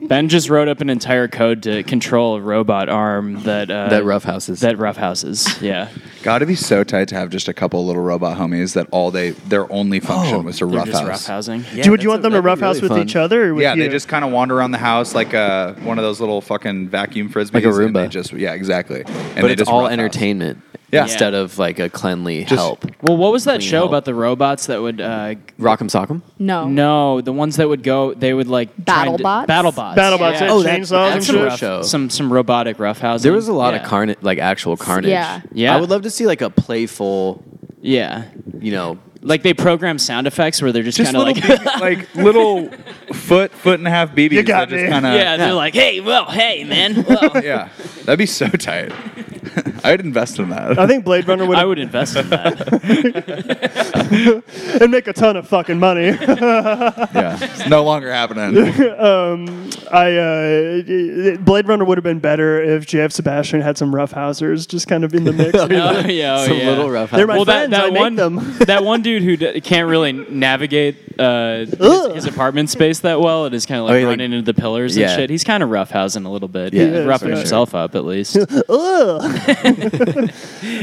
S2: Ben just wrote up an entire code to control a robot arm that uh,
S5: That roughhouses.
S2: that roughhouses. Yeah,
S3: Got to be so tight to have just a couple little robot homies that all they their only function
S5: Oh,
S3: was to
S2: They're
S3: rough
S2: just
S3: house.
S2: roughhousing.
S5: Yeah,
S4: Do would
S5: that's
S4: you want
S5: a-
S4: them to
S5: that'd be
S4: roughhouse
S5: really
S4: with
S5: fun.
S4: each other? Or with
S3: Yeah,
S4: you?
S3: they just kind of wander around the house like a one of those little fucking vacuum frisbees.
S5: Like a
S3: and they
S5: Roomba.
S3: just yeah, exactly. And
S5: But
S3: they
S5: it's
S3: just
S5: all
S3: roughhouse.
S5: entertainment
S3: Yeah.
S5: instead of like a cleanly
S3: Just-
S5: help.
S2: Well, what was that
S5: Clean
S2: show
S5: help.
S2: about the robots that would? Uh, g-
S5: Rock'em sock'em.
S3: Oh.
S1: No.
S2: no, the ones that would go. They would like try and-
S1: BattleBots?
S2: BattleBots.
S4: BattleBots,
S2: Yeah.
S4: yeah.
S5: Oh, that-
S4: chainsaws and
S5: that's
S2: some
S5: a
S4: shit.
S5: rough- show.
S2: Some some robotic roughhousing.
S5: There was a lot
S2: Yeah.
S5: of carnage, like actual carnage.
S1: yeah.
S2: Yeah.
S5: I would love to see like a playful,
S2: Yeah,
S5: you know,
S2: like they program sound effects where they're just,
S3: Just
S2: kind of
S3: little
S2: like.
S3: BB like little foot foot and a half BBs.
S4: You got
S3: that
S4: me.
S3: Just kinda,
S2: yeah, they're like, hey, well, hey, man. Well.
S3: yeah, that'd be so tight. I'd invest in that.
S4: I think Blade Runner would,
S2: I would invest in that.
S4: and make a ton of fucking money.
S3: yeah, it's no longer happening.
S4: I uh, Blade Runner would have been better if JF Sebastian had some roughhousers just kind of in the mix.
S2: Oh, yeah, oh,
S5: Some
S2: yeah.
S5: little rough.
S4: They're my
S2: well,
S4: friends.
S2: that, that
S4: I make
S2: one
S4: them.
S2: that one dude who d- can't really navigate uh, his, his apartment space that well, it is kind of like
S5: Oh, he, like-
S2: running into the pillars
S5: Yeah.
S2: and shit. He's kind of roughhousing a little bit,
S5: Yeah,
S2: He's
S4: that's
S2: roughing
S4: for
S2: himself up at least.
S4: Ugh.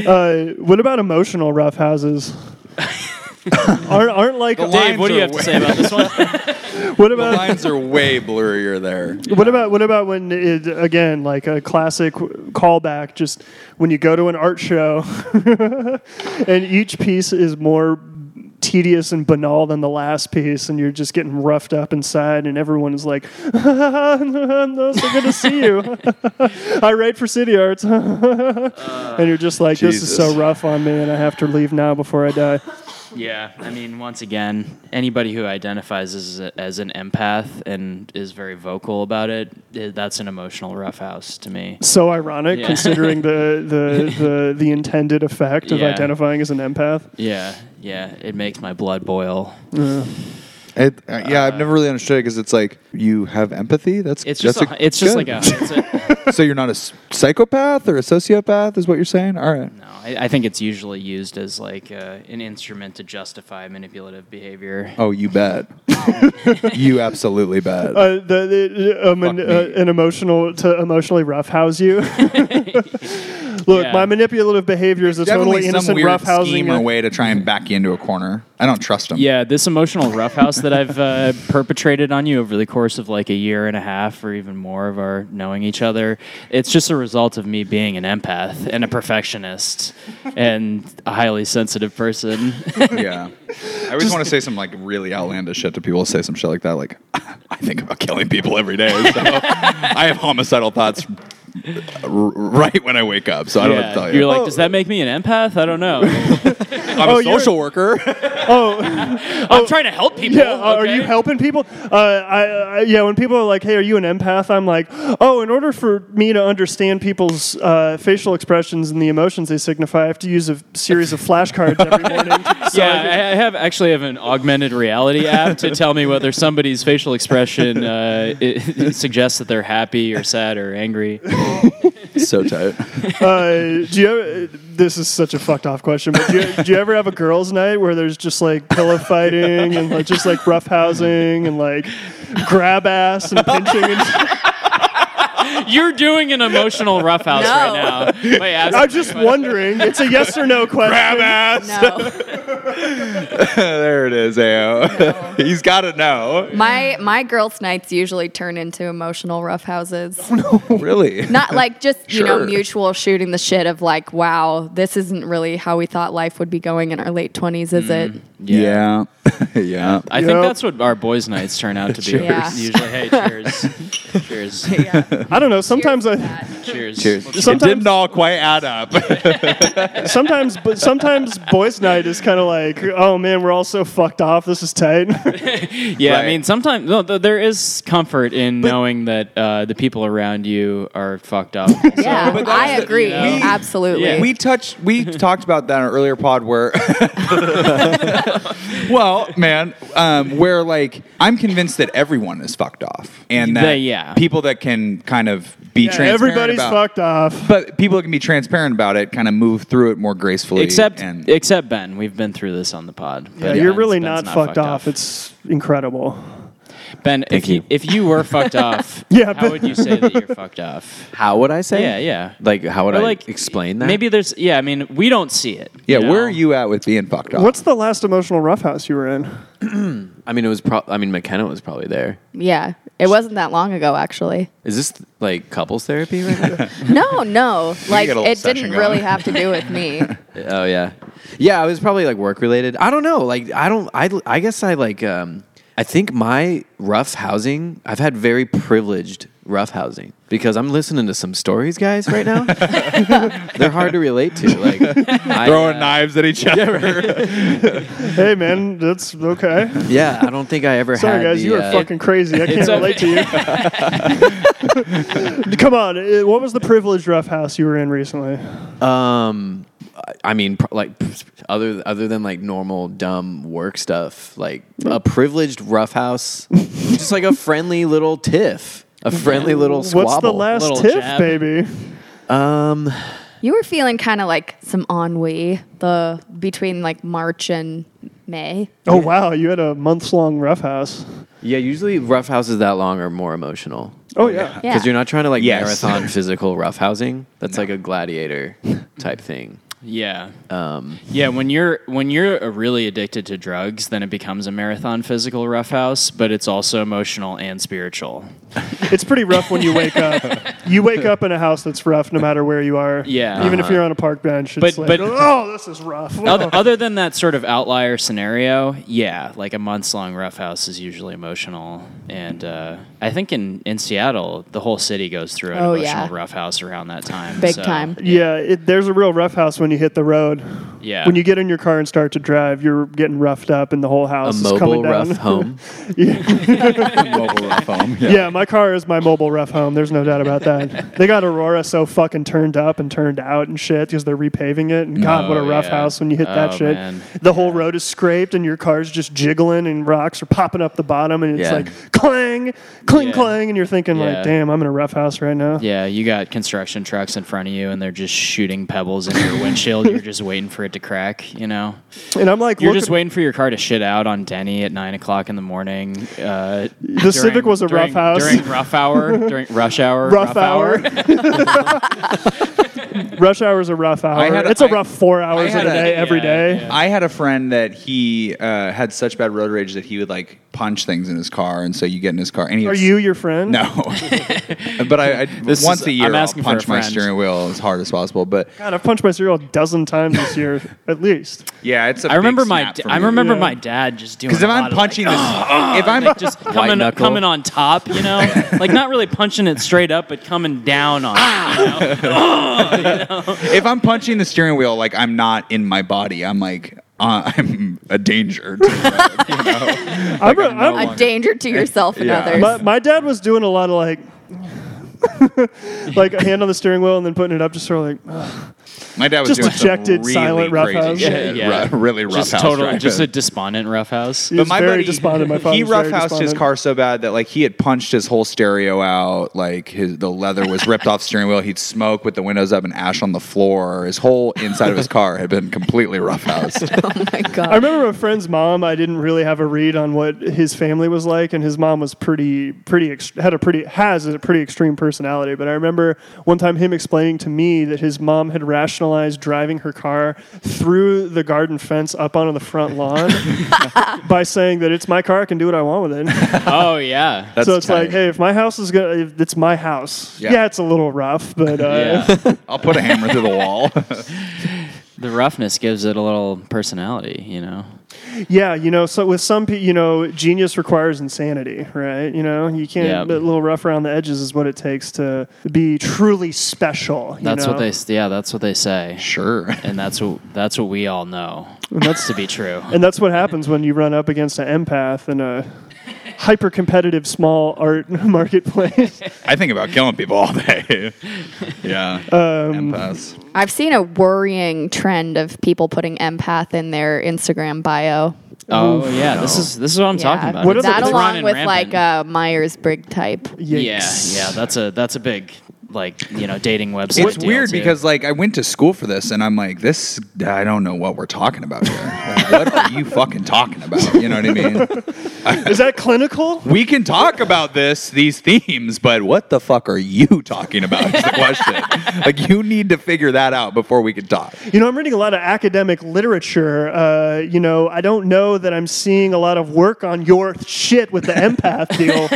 S4: uh, what about emotional roughhouses? aren't aren't like
S2: Dave, what do you have
S3: Lines
S2: to
S3: are
S2: say about this one?
S4: what
S3: The
S4: about
S3: lines are way blurrier there.
S4: What about what about when it, again like a classic callback? Just when you go to an art show, and each piece is more tedious and banal than the last piece, and you're just getting roughed up inside, and everyone's like, "I'm so good to see you." I write for City Arts, and you're just like, "This is so
S3: Jesus.
S4: rough on me, and I have to leave now before I die."
S2: Yeah, I mean, once again, anybody who identifies as, a, as an empath and is very vocal about it, i- that's an emotional roughhouse to me.
S4: So ironic,
S2: Yeah.
S4: considering the, the the the intended effect of
S2: Yeah.
S4: identifying as an empath.
S2: Yeah, yeah, it makes my blood boil.
S3: It, uh, yeah, I've never really understood it because it's like you have empathy. That's
S2: It's just,
S3: that's
S2: a, it's just like a,
S3: good.
S2: it's a
S3: so you're not a s- psychopath or a sociopath, is what you're saying? All right.
S2: no. I, I think it's usually used as like uh, an instrument to justify manipulative behavior.
S3: Oh, you bet. you absolutely bet.
S4: Uh, the, the, um, an,
S3: Fuck
S4: uh,
S3: me.
S4: an emotional to emotionally roughhouse you. Look,
S2: Yeah.
S4: my manipulative behavior is a totally innocent roughhousing.
S3: scheme or way to try and back you into a corner. I don't trust him.
S2: Yeah, this emotional roughhouse that I've uh, perpetrated on you over the course of like a year and a half or even more of our knowing each other, it's just a result of me being an empath and a perfectionist and a highly sensitive person.
S3: yeah. I always want to say some like really outlandish shit to people. Say some shit like that. Like, I think about killing people every day. So I have homicidal thoughts r- right when I wake up. So I don't have to tell you.
S2: You're like, does that make me an empath? I don't know.
S3: I'm
S4: Oh,
S3: a
S4: you're-
S3: social worker.
S2: I'm trying to help people.
S4: yeah, uh, are
S2: okay?
S4: you helping people? Uh, I, I, yeah, when people are like, "Hey, are you an empath?" I'm like, "Oh, in order for me to understand people's uh, facial expressions and the emotions they signify, I have to use a series of flashcards every morning." to-
S2: yeah, I, I have actually have an augmented reality app to tell me whether somebody's facial expression uh, it suggests that they're happy or sad or angry.
S3: so tight.
S4: Uh, do you? This is such a fucked off question, but do you, do you ever have a girls' night where there's just like pillow fighting and like just like roughhousing and like grab ass and pinching? And
S2: You're doing an emotional roughhouse
S1: No.
S2: right now. Wait, ask
S4: I'm just wondering. It's a yes or no question.
S1: No.
S3: there it is, Ao. He's got it now.
S1: my my girls' nights usually turn into emotional roughhouses.
S3: really?
S1: Not like just, you know,
S3: Sure.
S1: mutual shooting the shit of like, wow, this isn't really how we thought life would be going in our late 20s, is it?
S3: Mm. Yeah. Yeah.
S2: I
S4: Yep.
S2: think that's what our boys' nights turn out to be.
S1: Yeah.
S2: Usually, hey, cheers, cheers,
S1: Yeah.
S4: I don't know. Sometimes I.
S2: cheers.
S3: Cheers. It
S4: Sometimes-
S3: didn't all quite add up.
S4: Sometimes, but sometimes boys' night is kind of like, oh man, we're all so fucked off. This is tight.
S2: Yeah, I
S3: Right.
S2: mean, sometimes no, th- there is comfort in knowing that uh, the people around you are fucked up.
S1: Yeah,
S3: But that's
S1: I
S3: the-
S1: agree.
S3: Yeah. We-
S1: Absolutely.
S2: Yeah.
S3: we touched we talked about that in an earlier pod where well man um, where like i'm convinced that everyone is fucked off and that
S2: They- yeah.
S3: people that can kind of be transparent
S4: Everybody's
S3: about,
S4: fucked off.
S3: but people that can be transparent about it kind of move through it more gracefully
S2: Except,
S3: and
S2: except Ben, we've been through this on the pod.
S4: Yeah,
S2: But
S4: you're
S2: Ben's-
S4: really
S2: Ben's
S4: not, fucked, off. It's incredible.
S2: Ben. If you.
S5: you.
S2: if you were fucked off,
S4: Yeah,
S2: how
S4: but-
S2: would you say that you're fucked off?
S5: How would I say?
S2: Yeah, yeah.
S5: Like, how would
S2: Or
S5: I
S2: like
S5: explain that?
S2: Maybe there's. Yeah, I mean, we don't see it.
S3: yeah
S2: know?
S3: where are you at with being fucked off
S4: What's the last emotional roughhouse you were in?
S5: I mean, it was. Pro- I mean, McKenna was probably there.
S1: yeah. It wasn't that long ago, actually.
S5: Is this like couples therapy right
S1: No,
S5: now?
S1: no. Like,
S3: got a little
S1: it
S3: session
S1: didn't
S3: going.
S1: really have to do with me.
S5: Oh yeah, yeah. It was probably like work related. I don't know. Like I don't. I I guess I like. um I think my rough housing. I've had very privileged roughhousing because I'm listening to some stories, guys, right now. They're hard to relate to. Like I,
S3: Throwing
S5: uh,
S3: knives at each other.
S4: Hey, man, that's okay.
S5: Yeah, I don't think I ever
S4: Sorry,
S5: had.
S4: guys,
S5: the,
S4: you are
S5: uh,
S4: fucking crazy. I can't
S2: okay.
S4: relate to you. Come on, eh, what was the privileged rough house you were in recently?
S5: Um, I- I mean, pr- like other other than like normal dumb work stuff, like a privileged roughhouse, just like a friendly little tiff, a friendly little squabble.
S4: What's the last
S2: Little
S4: tiff,
S2: jab.
S4: baby?
S5: Um,
S1: You were feeling kind of like some ennui the between like March and May.
S4: Oh wow, you had a months long rough house.
S5: yeah, usually roughhouses that long are more emotional
S4: Oh yeah.
S1: Yeah.
S5: because you're not trying to like
S3: Yes.
S5: marathon physical roughhousing. That's like a gladiator type thing.
S2: Yeah.
S5: Um,
S2: Yeah, when you're when you're uh, really addicted to drugs, then it becomes a marathon physical roughhouse, but it's also emotional and spiritual.
S4: It's pretty rough when you wake up. You wake up in a house that's rough no matter where you are.
S2: Yeah. Uh-huh.
S4: Even if you're on a park bench, it's
S2: But- but-
S4: like, oh, this is rough.
S2: Other, other than that sort of outlier scenario, yeah, like a months long roughhouse is usually emotional, and uh, I think in in Seattle, the whole city goes through an
S1: Oh,
S2: emotional
S1: yeah.
S2: roughhouse around that time.
S1: Big
S2: so,
S1: time.
S4: yeah, it, there's a real rough house when you hit the road.
S2: Yeah.
S4: When you get in your car and start to drive, you're getting roughed up, and the whole
S5: a
S4: house is
S5: mobile
S4: coming
S5: rough
S4: down.
S5: home.
S3: Mobile rough home. Yeah.
S4: Yeah, my car is my mobile rough home. There's no doubt about that. they got Aurora so fucking turned up and turned out and shit because they're repaving it. And God, what a
S2: Oh,
S4: rough
S2: yeah.
S4: house when you hit that
S2: Oh,
S4: shit.
S2: man.
S4: The whole road is scraped and your car's just jiggling and rocks are popping up the bottom and it's
S5: Yeah.
S4: like clang, cling,
S2: Yeah.
S4: clang. And you're thinking,
S2: Yeah.
S4: like, damn, I'm in a rough house right now.
S2: Yeah, you got construction trucks in front of you, and they're just shooting pebbles into your windshield. You're just waiting for it to crack. You know,
S4: And I'm like,
S2: you're
S4: look
S2: just
S4: at-
S2: waiting for your car to shit out on Denny at nine o'clock in the morning. Uh, the
S4: Civic was a rough house.
S2: during rough hour, during rush hour,
S4: rough, hour. Rush hour is a rough hour.
S3: I had a-
S4: it's a
S3: I-
S4: rough four hours of
S3: had
S4: the
S3: a-
S4: day every
S2: yeah,
S4: day.
S2: yeah.
S3: I had a friend that he uh, had such bad road rage that he would like punch things in his car, and so you get in his car. And he
S4: Are you your friend?
S3: No, but I, I
S2: This
S3: once
S2: is-
S3: a year
S2: I'm
S3: I'll
S2: asking for a
S3: punch my
S2: friend.
S3: steering wheel as hard as possible. But
S4: God, I've punched my cereal a dozen times this year, at least.
S3: yeah, it's. I
S2: I remember my da- I remember
S4: Yeah.
S2: my dad just doing
S3: because if
S2: a
S3: I'm
S2: lot of,
S3: punching, this, if I'm
S2: like, just coming
S5: knuckle.
S2: coming on top, you know, like not really punching it straight up, but coming down on.
S3: Ah,
S2: it.
S3: if I'm punching the steering wheel, like I'm not in my body. I'm like uh, I'm a danger. To the road, you know?
S4: I'm, a- I'm-
S1: A danger to yourself and
S3: Yeah.
S1: others.
S4: my, my dad was doing a lot of like, like a hand on the steering wheel and then putting it up, just sort of like, "Ugh."
S3: My dad was
S4: Just
S3: doing some
S4: dejected,
S3: really
S4: silent
S3: crazy
S4: roughhouse.
S3: shit.
S2: Yeah, yeah.
S3: Ru- really rough
S2: just
S3: house
S2: total,
S3: driving.
S2: just a despondent roughhouse.
S4: he was very despondent. My father
S3: he
S4: was very
S3: roughhoused his
S4: despondent.
S3: car so bad that like he had punched his whole stereo out. Like his the leather was ripped off steering wheel. He'd smoke with the windows up and ash on the floor. His whole inside of his car had been completely roughhoused.
S1: oh my
S4: I
S1: god.
S4: remember a friend's mom. I didn't really have a read on what his family was like, and his mom was pretty, pretty ex- had a pretty has a pretty extreme personality. But I remember one time him explaining to me that his mom had rationalized driving her car through the garden fence up onto the front lawn by saying that it's my car, I can do what I want with it.
S2: Oh yeah,
S3: That's
S4: so it's
S3: tight.
S4: like, hey, if my house is gonna, if it's my house. Yeah.
S3: Yeah.
S4: it's a little rough, but uh,
S2: yeah.
S3: I'll put a hammer through the wall.
S2: the roughness gives it a little personality, you know.
S4: Yeah, you know, so with some, pe- you know, genius requires insanity, right? You know, you can't.
S2: Yeah.
S4: A little rough around the edges is what it takes to be truly special. you
S2: That's what
S4: know?
S2: they s- yeah, that's what they say.
S3: sure.
S2: And that's what that's what we all know. that's to be true. Oh,
S4: And that's what happens when you run up against an empath in a hyper-competitive small art marketplace.
S3: I think about killing people all day. yeah. Um, Empaths.
S1: I've seen a worrying trend of people putting empath in their Instagram bio.
S2: Oh yeah, this is this is what I'm talking about.
S4: What is
S1: that
S4: it's
S1: along
S2: running
S1: with
S2: rampant.
S1: like uh, a Myers Briggs type.
S2: yeah,
S4: Yikes.
S2: yeah, that's a that's a big like you know dating website.
S3: It's
S2: deal,
S3: weird
S2: too.
S3: because like I went to school for this and I'm like this I don't know what we're talking about here. Like, what are you fucking talking about? You know what I mean?
S4: Is that clinical?
S3: we can talk about this, these themes, but what the fuck are you talking about? Is the question. like, you need to figure that out before we can talk.
S4: You know, I'm reading a lot of academic literature. Uh, you know, I don't know that I'm seeing a lot of work on your shit with the empath deal.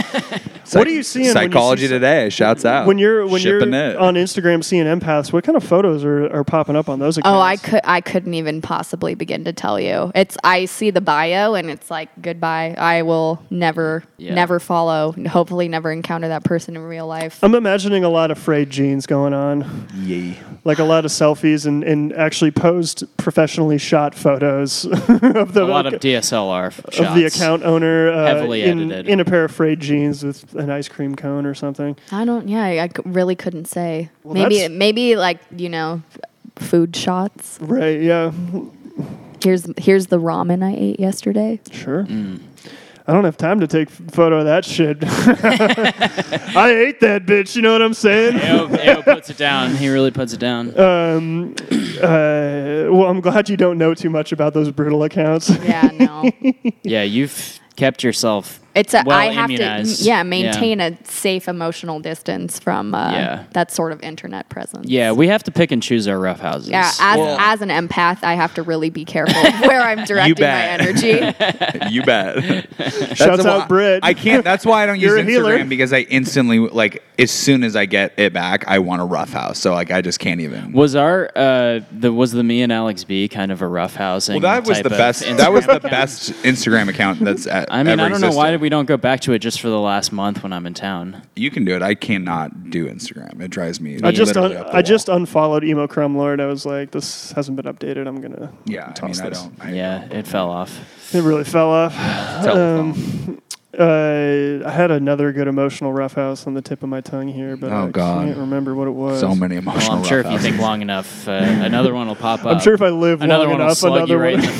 S4: What are you seeing when you
S3: Psychology
S4: see-
S3: Today shouts out.
S4: When you're when
S3: Shipping
S4: you're
S3: it.
S4: on Instagram seeing empaths, what kind of photos are, are popping up on those accounts?
S1: Oh, I could I couldn't even possibly begin to tell you. It's I see the bio and it's like goodbye. I will never
S2: Yeah.
S1: never follow. and Hopefully, never encounter that person in real life.
S4: I'm imagining a lot of frayed jeans going on,
S3: Yay.
S4: like a lot of selfies and, and actually posed, professionally shot photos of the
S2: a lot of DSLR f- shots.
S4: of the account owner uh,
S2: Heavily
S4: in,
S2: edited.
S4: in a pair of frayed jeans with an ice cream cone or something.
S1: I don't. Yeah, I, I c- really couldn't say.
S4: Well,
S1: maybe
S4: that's-
S1: maybe like you know, food shots.
S4: Right? Yeah,
S1: Here's here's the ramen I ate yesterday.
S4: sure.
S2: Mm.
S4: I don't have time to take f- photo of that shit. I ate that bitch. You know what I'm saying?
S2: Ayo, Ayo puts it down. He really puts it down.
S4: Um, uh, well, I'm glad you don't know too much about those brutal accounts.
S1: Yeah, no.
S2: yeah, you've kept yourself.
S1: It's a I
S2: well
S1: have
S2: immunized.
S1: to yeah maintain a safe emotional distance from uh,
S2: Yeah.
S1: that sort of internet presence.
S2: Yeah, we have to pick and choose our rough houses.
S1: Yeah, as,
S3: Well-
S1: as an empath, I have to really be careful where I'm directing my
S3: bet.
S1: energy.
S3: You bet.
S4: Shouts
S3: That's why-
S4: out Brit.
S3: I can't. That's why I don't use
S4: You're a
S3: Instagram
S4: healer.
S3: because I instantly like as soon as I get it back, I want a rough house. So like I just can't even.
S2: was our uh, the was the me and Alex B kind of a rough housing?
S3: well, that was
S2: type
S3: the
S2: of
S3: best.
S2: Instagram
S3: That was the
S2: account?
S3: best Instagram account that's. At,
S2: I mean,
S3: ever
S2: I don't know
S3: existed.
S2: why we don't go back to it just for the last month when I'm in town.
S3: You can do it. I cannot do Instagram. It drives me.
S4: I just
S3: literally
S4: un-
S3: up the
S4: I
S3: wall.
S4: just unfollowed emo crumb lord. I was like, this hasn't been updated. I'm gonna
S3: yeah. I
S4: toss
S3: mean, I
S4: this.
S3: don't. I
S2: yeah, it fell off.
S4: It really fell off. Um,
S3: telephone.
S4: Uh, I had another good emotional roughhouse on the tip of my tongue here, but
S3: Oh,
S4: I
S3: God.
S4: can't remember what it was.
S3: so many
S2: Well,
S3: emotional.
S2: I'm sure if
S3: rough
S2: you think
S3: houses.
S2: long enough, uh, another one will pop
S3: uh,
S2: up.
S4: I'm sure if I live
S2: another
S4: long
S2: one
S4: enough,
S2: will slug you
S4: another
S2: right in
S4: one.
S2: the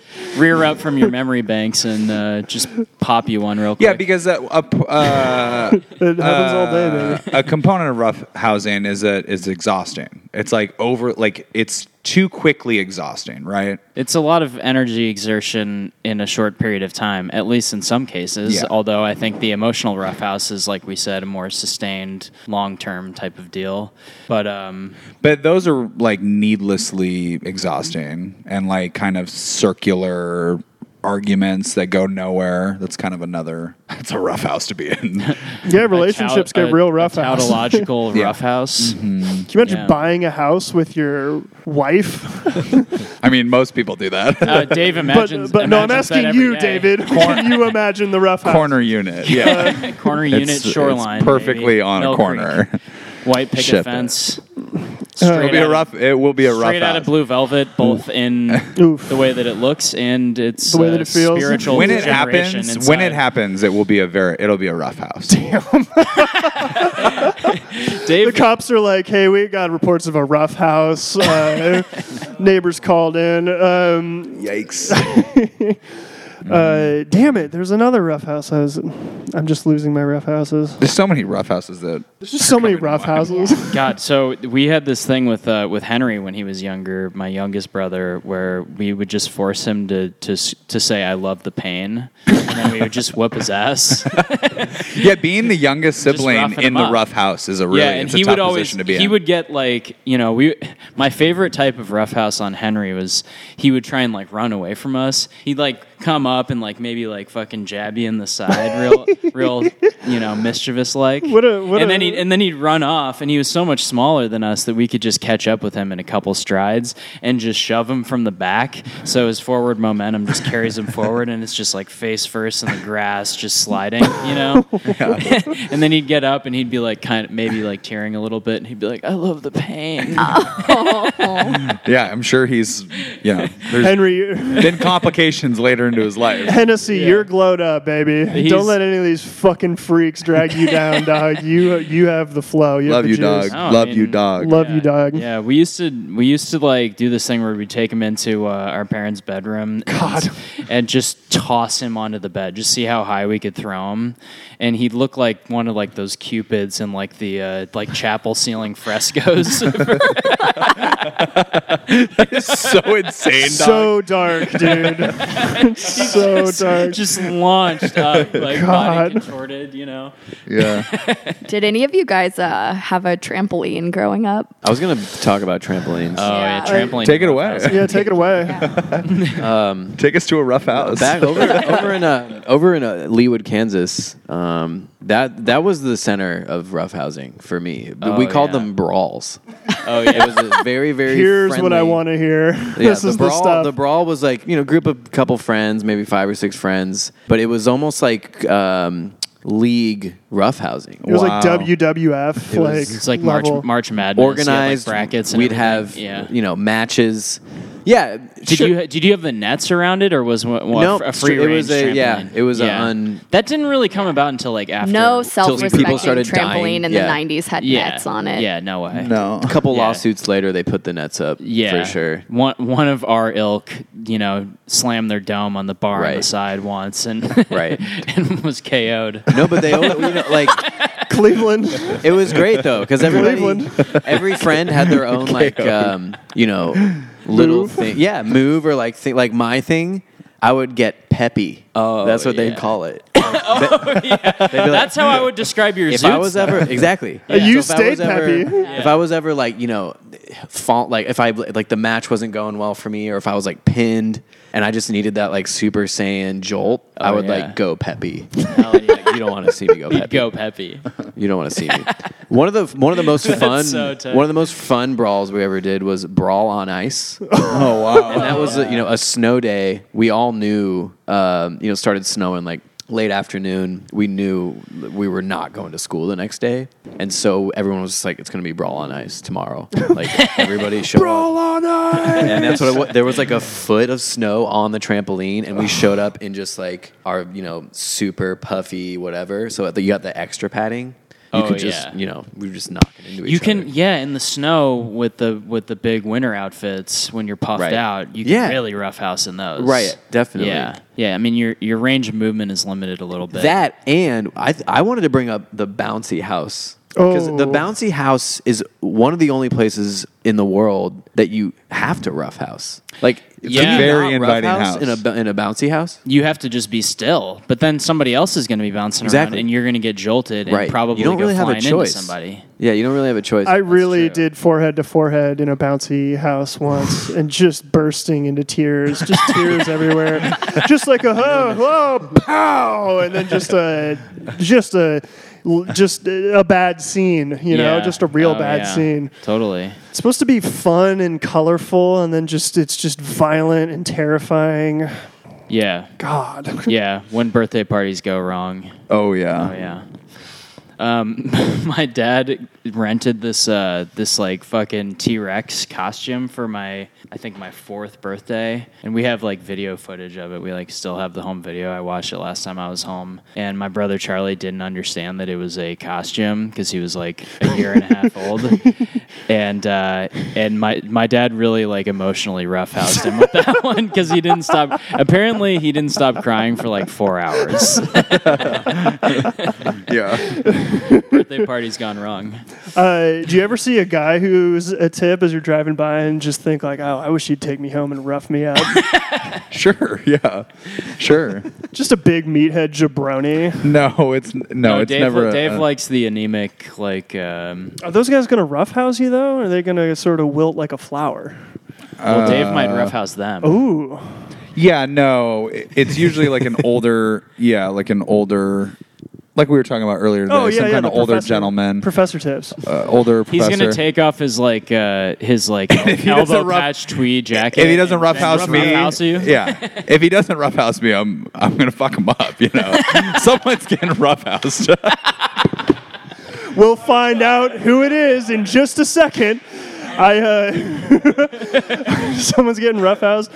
S2: face, rear up from your memory banks, and uh, just pop you one real quick.
S3: Yeah, because uh, a p- uh,
S4: It happens all day,
S3: Uh,
S4: baby.
S3: a component of rough housing is that is exhausting. It's like over, like it's too quickly exhausting, right?
S2: It's a lot of energy exertion in a short period of time, at least in some cases.
S3: Yeah.
S2: Although I think the emotional roughhouse is, like we said, a more sustained, long-term type of deal. But um,
S3: But those are like needlessly exhausting and like kind of circular arguments that go nowhere. That's kind of another. It's a rough house to be in.
S4: Yeah, relationships
S2: tout-
S4: get real rough.
S2: A tautological
S3: Yeah. Mm-hmm.
S2: roughhouse. Uh,
S4: Can you imagine
S2: yeah.
S4: buying a house with your wife?
S3: I mean, most people do that.
S2: Uh, Dave imagines.
S4: but but no, I'm
S2: imagines that
S4: asking
S2: every
S4: you,
S2: day.
S4: David. Can you imagine the rough house?
S3: corner unit. Yeah,
S2: Corner
S3: It's-
S2: unit
S3: it's
S2: shoreline.
S3: perfectly
S2: baby.
S3: on
S2: Mill
S3: a corner.
S2: Creek. White picket
S3: Ship it.
S2: fence.
S3: It'll
S2: Straight
S3: be
S2: out
S3: a
S2: of-
S3: rough. It will be a rough.
S2: Straight out of
S3: house. Mm.
S2: Blue Velvet, both in
S4: Oof.
S2: the way that it looks and it's
S4: The way that it feels.
S2: Spiritual
S3: When it
S2: degeneration
S3: happens,
S2: inside.
S3: when it happens, it will be a very. It'll be a rough house.
S4: The
S2: Dave,
S4: cops are like, "Hey, we got reports of a rough house. Uh, neighbors called in. Um,
S3: Yikes.
S4: uh, damn it! There's another rough house. I was, I'm just losing my rough houses.
S3: There's so many rough houses that
S4: There's just so many rough houses.
S2: God, so we had this thing with uh, with Henry when he was younger, my youngest brother, where we would just force him to to s- to say "I love the pain," and then we would just whoop his ass.
S3: yeah, being the youngest sibling
S2: roughing them
S3: in the
S2: up.
S3: rough house is a really
S2: yeah, and
S3: it's a
S2: he
S3: tough
S2: would always
S3: position to be
S2: he
S3: in.
S2: would get like you know we my favorite type of roughhouse on Henry was he would try and like run away from us. He'd like come up and like maybe like fucking jab you in the side, real real you know mischievous like.
S4: What a- what
S2: and
S4: a-
S2: then he'd and then he'd run off, and he was so much smaller than us that we could just catch up with him in a couple strides and just shove him from the back. So his forward momentum just carries him forward, and it's just like face first in the grass, just sliding, you know. and then he'd get up and he'd be like kind of maybe like tearing a little bit and he'd be like i love the pain
S3: yeah, I'm sure he's you know there's
S4: Henry,
S3: been complications later into his life.
S4: Hennessy, you're glowed up, baby. Don't
S2: He's-
S4: let any of these fucking freaks drag you down, dog. You you have the flow. You have
S3: Love
S4: the
S3: you,
S4: juice.
S3: dog.
S2: No, I
S3: Love
S2: mean-
S3: you, dog.
S4: Love you, dog.
S2: yeah we used to we used to like do this thing where we'd take him into uh, our parents bedroom God. And, and just toss him onto the bed just see how high we could throw him and he'd look like one of like those cupids in like the uh, like chapel ceiling frescoes
S3: so insane, dog.
S4: So dark, dude. so dark.
S2: just launched up like
S4: Oh, God.
S2: body contorted you know
S3: yeah,
S1: Did any of you guys uh, have a trampoline growing up?
S5: I was going to talk about trampolines.
S2: oh yeah,
S1: Yeah.
S2: trampoline
S3: take it away.
S4: Yeah, take it away.
S3: Take us to a rough house.
S5: Back over over in uh over in uh, Leawood, Kansas. Um, That that was the center of roughhousing for me.
S2: Oh,
S5: we called
S2: yeah.
S5: them brawls. Oh yeah, it was a very very.
S4: Here's what I
S5: friendly-
S4: want to hear.
S5: Yeah,
S4: this
S5: the
S4: is
S5: brawl.
S4: the stuff.
S5: brawl was like you know, group of couple friends, maybe five or six friends, but it was almost like um, league roughhousing.
S4: it was
S3: Wow.
S4: like WWF.
S5: It was-
S4: like
S2: It's like
S4: level.
S2: March March Madness. You had, like,
S5: Organized
S2: brackets. And
S5: We'd
S2: everything.
S5: have
S2: Yeah.
S5: you know matches. Yeah.
S2: Did you did you have the nets around it, or was one, one-
S5: Nope,
S2: a free
S5: it
S2: range
S5: was a-
S2: trampoline?
S5: yeah, it was a un-
S2: that didn't really come about until like after
S1: No
S5: people
S1: self-respecting
S5: started
S1: trampoline
S5: dying.
S1: in
S5: Yeah.
S1: the '90s had
S2: yeah,
S1: nets on it.
S2: Yeah, no way.
S4: Oh.
S3: No.
S5: A couple
S2: Yeah.
S5: lawsuits later, they put the nets up.
S2: Yeah,
S5: for sure.
S2: One one of our ilk, you know, slammed their dome on the bar on the
S5: Right.
S2: side once and
S5: Right.
S2: and was KO'd.
S5: No, but they only, you know, like
S4: Cleveland.
S5: it was great though because everybody,
S4: Cleveland.
S5: every friend had their own like um, you know little
S4: Move.
S5: thing. Yeah, move or like thing like my thing. I would get peppy.
S2: Oh,
S5: that's what they'd
S2: yeah.
S5: call it.
S2: That's how I would describe your.
S5: If
S2: Zoot
S5: I was
S2: stuff.
S5: ever exactly,
S4: Yeah. You
S5: if I was
S4: stayed
S5: ever-
S4: peppy.
S5: If I was ever like you know, fault like if I like the match wasn't going well for me, or if I was like pinned and I just needed that like Super Saiyan jolt, I
S2: Oh,
S5: would
S2: yeah.
S5: like go peppy.
S2: Hell yeah.
S5: Like, you don't want to see me go peppy.
S2: go Peppy.
S5: You don't want to see me. one of the one of the most fun
S2: so tight.
S5: one of the most fun brawls we ever did was brawl on ice.
S3: Oh wow.
S5: And that was a, you know a snow day. We all knew um, you know started snowing like late afternoon. We knew that we were not going to school the next day, and so everyone was just like, "It's going to be brawl on ice tomorrow." Like everybody showed up.
S3: on
S5: And that's what it was. There was like a foot of snow on the trampoline,
S2: Oh.
S5: and we showed up in just like our, you know, super puffy whatever. So at the, you got the extra padding. You
S2: Oh,
S5: could just,
S2: yeah.
S5: you know, we were just knocking into each
S2: You can
S5: other.
S2: yeah, in the snow with the with the big winter outfits when you're puffed
S5: Right.
S2: out, you
S5: Yeah.
S2: can really roughhouse in those.
S5: Right, definitely.
S2: Yeah. Yeah, I mean your your range of movement is limited a little bit.
S5: That and I, th- I wanted to bring up the bouncy house because the
S4: Oh.
S5: bouncy house is one of the only places in the world that you have to roughhouse. Like, can
S2: Yeah.
S5: you
S3: Very
S5: not
S3: inviting
S5: roughhouse in a
S3: house.
S5: bu- in a bouncy house.
S2: you have to just be still, but then somebody else is going to be bouncing
S5: Exactly.
S2: around and you're going to get jolted and
S5: right,
S2: probably
S5: you don't
S2: go
S5: really have a
S2: flying
S5: choice.
S2: into somebody.
S5: Yeah, you don't really have a choice.
S4: I really
S2: true.
S4: did forehead to forehead in a bouncy house once and just bursting into tears, just tears everywhere. Just like a whoa, whoa, pow, and then just a just a just a bad scene, you know,
S2: Yeah.
S4: just a real
S2: Oh,
S4: bad
S2: yeah.
S4: scene.
S2: Totally.
S4: It's supposed to be fun and colorful and then just it's just violent and terrifying.
S2: Yeah.
S4: God.
S2: Yeah, when birthday parties go wrong.
S3: Oh yeah.
S2: Oh yeah. Um, my dad rented this uh, this like fucking T Rex costume for my I think my fourth birthday, and we have like video footage of it. We like still have the home video. I watched it last time I was home, and my brother Charlie didn't understand that it was a costume because he was like a year and a half old, and uh, and my my dad really like emotionally roughhoused him with that one because he didn't stop. Apparently, he didn't stop crying for like four hours. Oh,
S3: Yeah.
S2: birthday party's gone wrong.
S4: Uh, do you ever see a guy who's a tip as you're driving by and just think like, oh, I wish he'd take me home and rough me up?
S3: Sure. Yeah. Sure.
S4: just a big meathead jabroni.
S3: No, it's no, it's
S2: Dave,
S3: never. a-
S2: Dave
S3: a-
S2: likes the anemic, like um,
S4: Are those guys going to roughhouse you though? Or are they going to sort of wilt like a flower?
S2: well, Dave might
S3: Uh,
S2: roughhouse them.
S3: oh,
S4: Ooh,
S3: yeah. No, it- it's usually like an older. Yeah, like an older. Like we were talking about earlier today,
S4: oh yeah,
S3: some
S4: yeah,
S3: kind
S4: the
S3: of older
S4: professor-
S3: gentleman,
S4: professor tips.
S3: uh, older
S2: He's
S3: professor.
S2: gonna take off his like uh, his like
S3: he doesn't
S2: elbow
S3: rough-
S2: patch tweed jacket.
S3: if he doesn't
S2: and
S3: roughhouse
S2: then
S3: me,
S2: roughhouse you.
S3: yeah. If he doesn't roughhouse me, I'm I'm gonna fuck him up. You know, someone's getting roughhoused.
S4: We'll find out who it is in just a second. I uh, someone's getting roughhoused.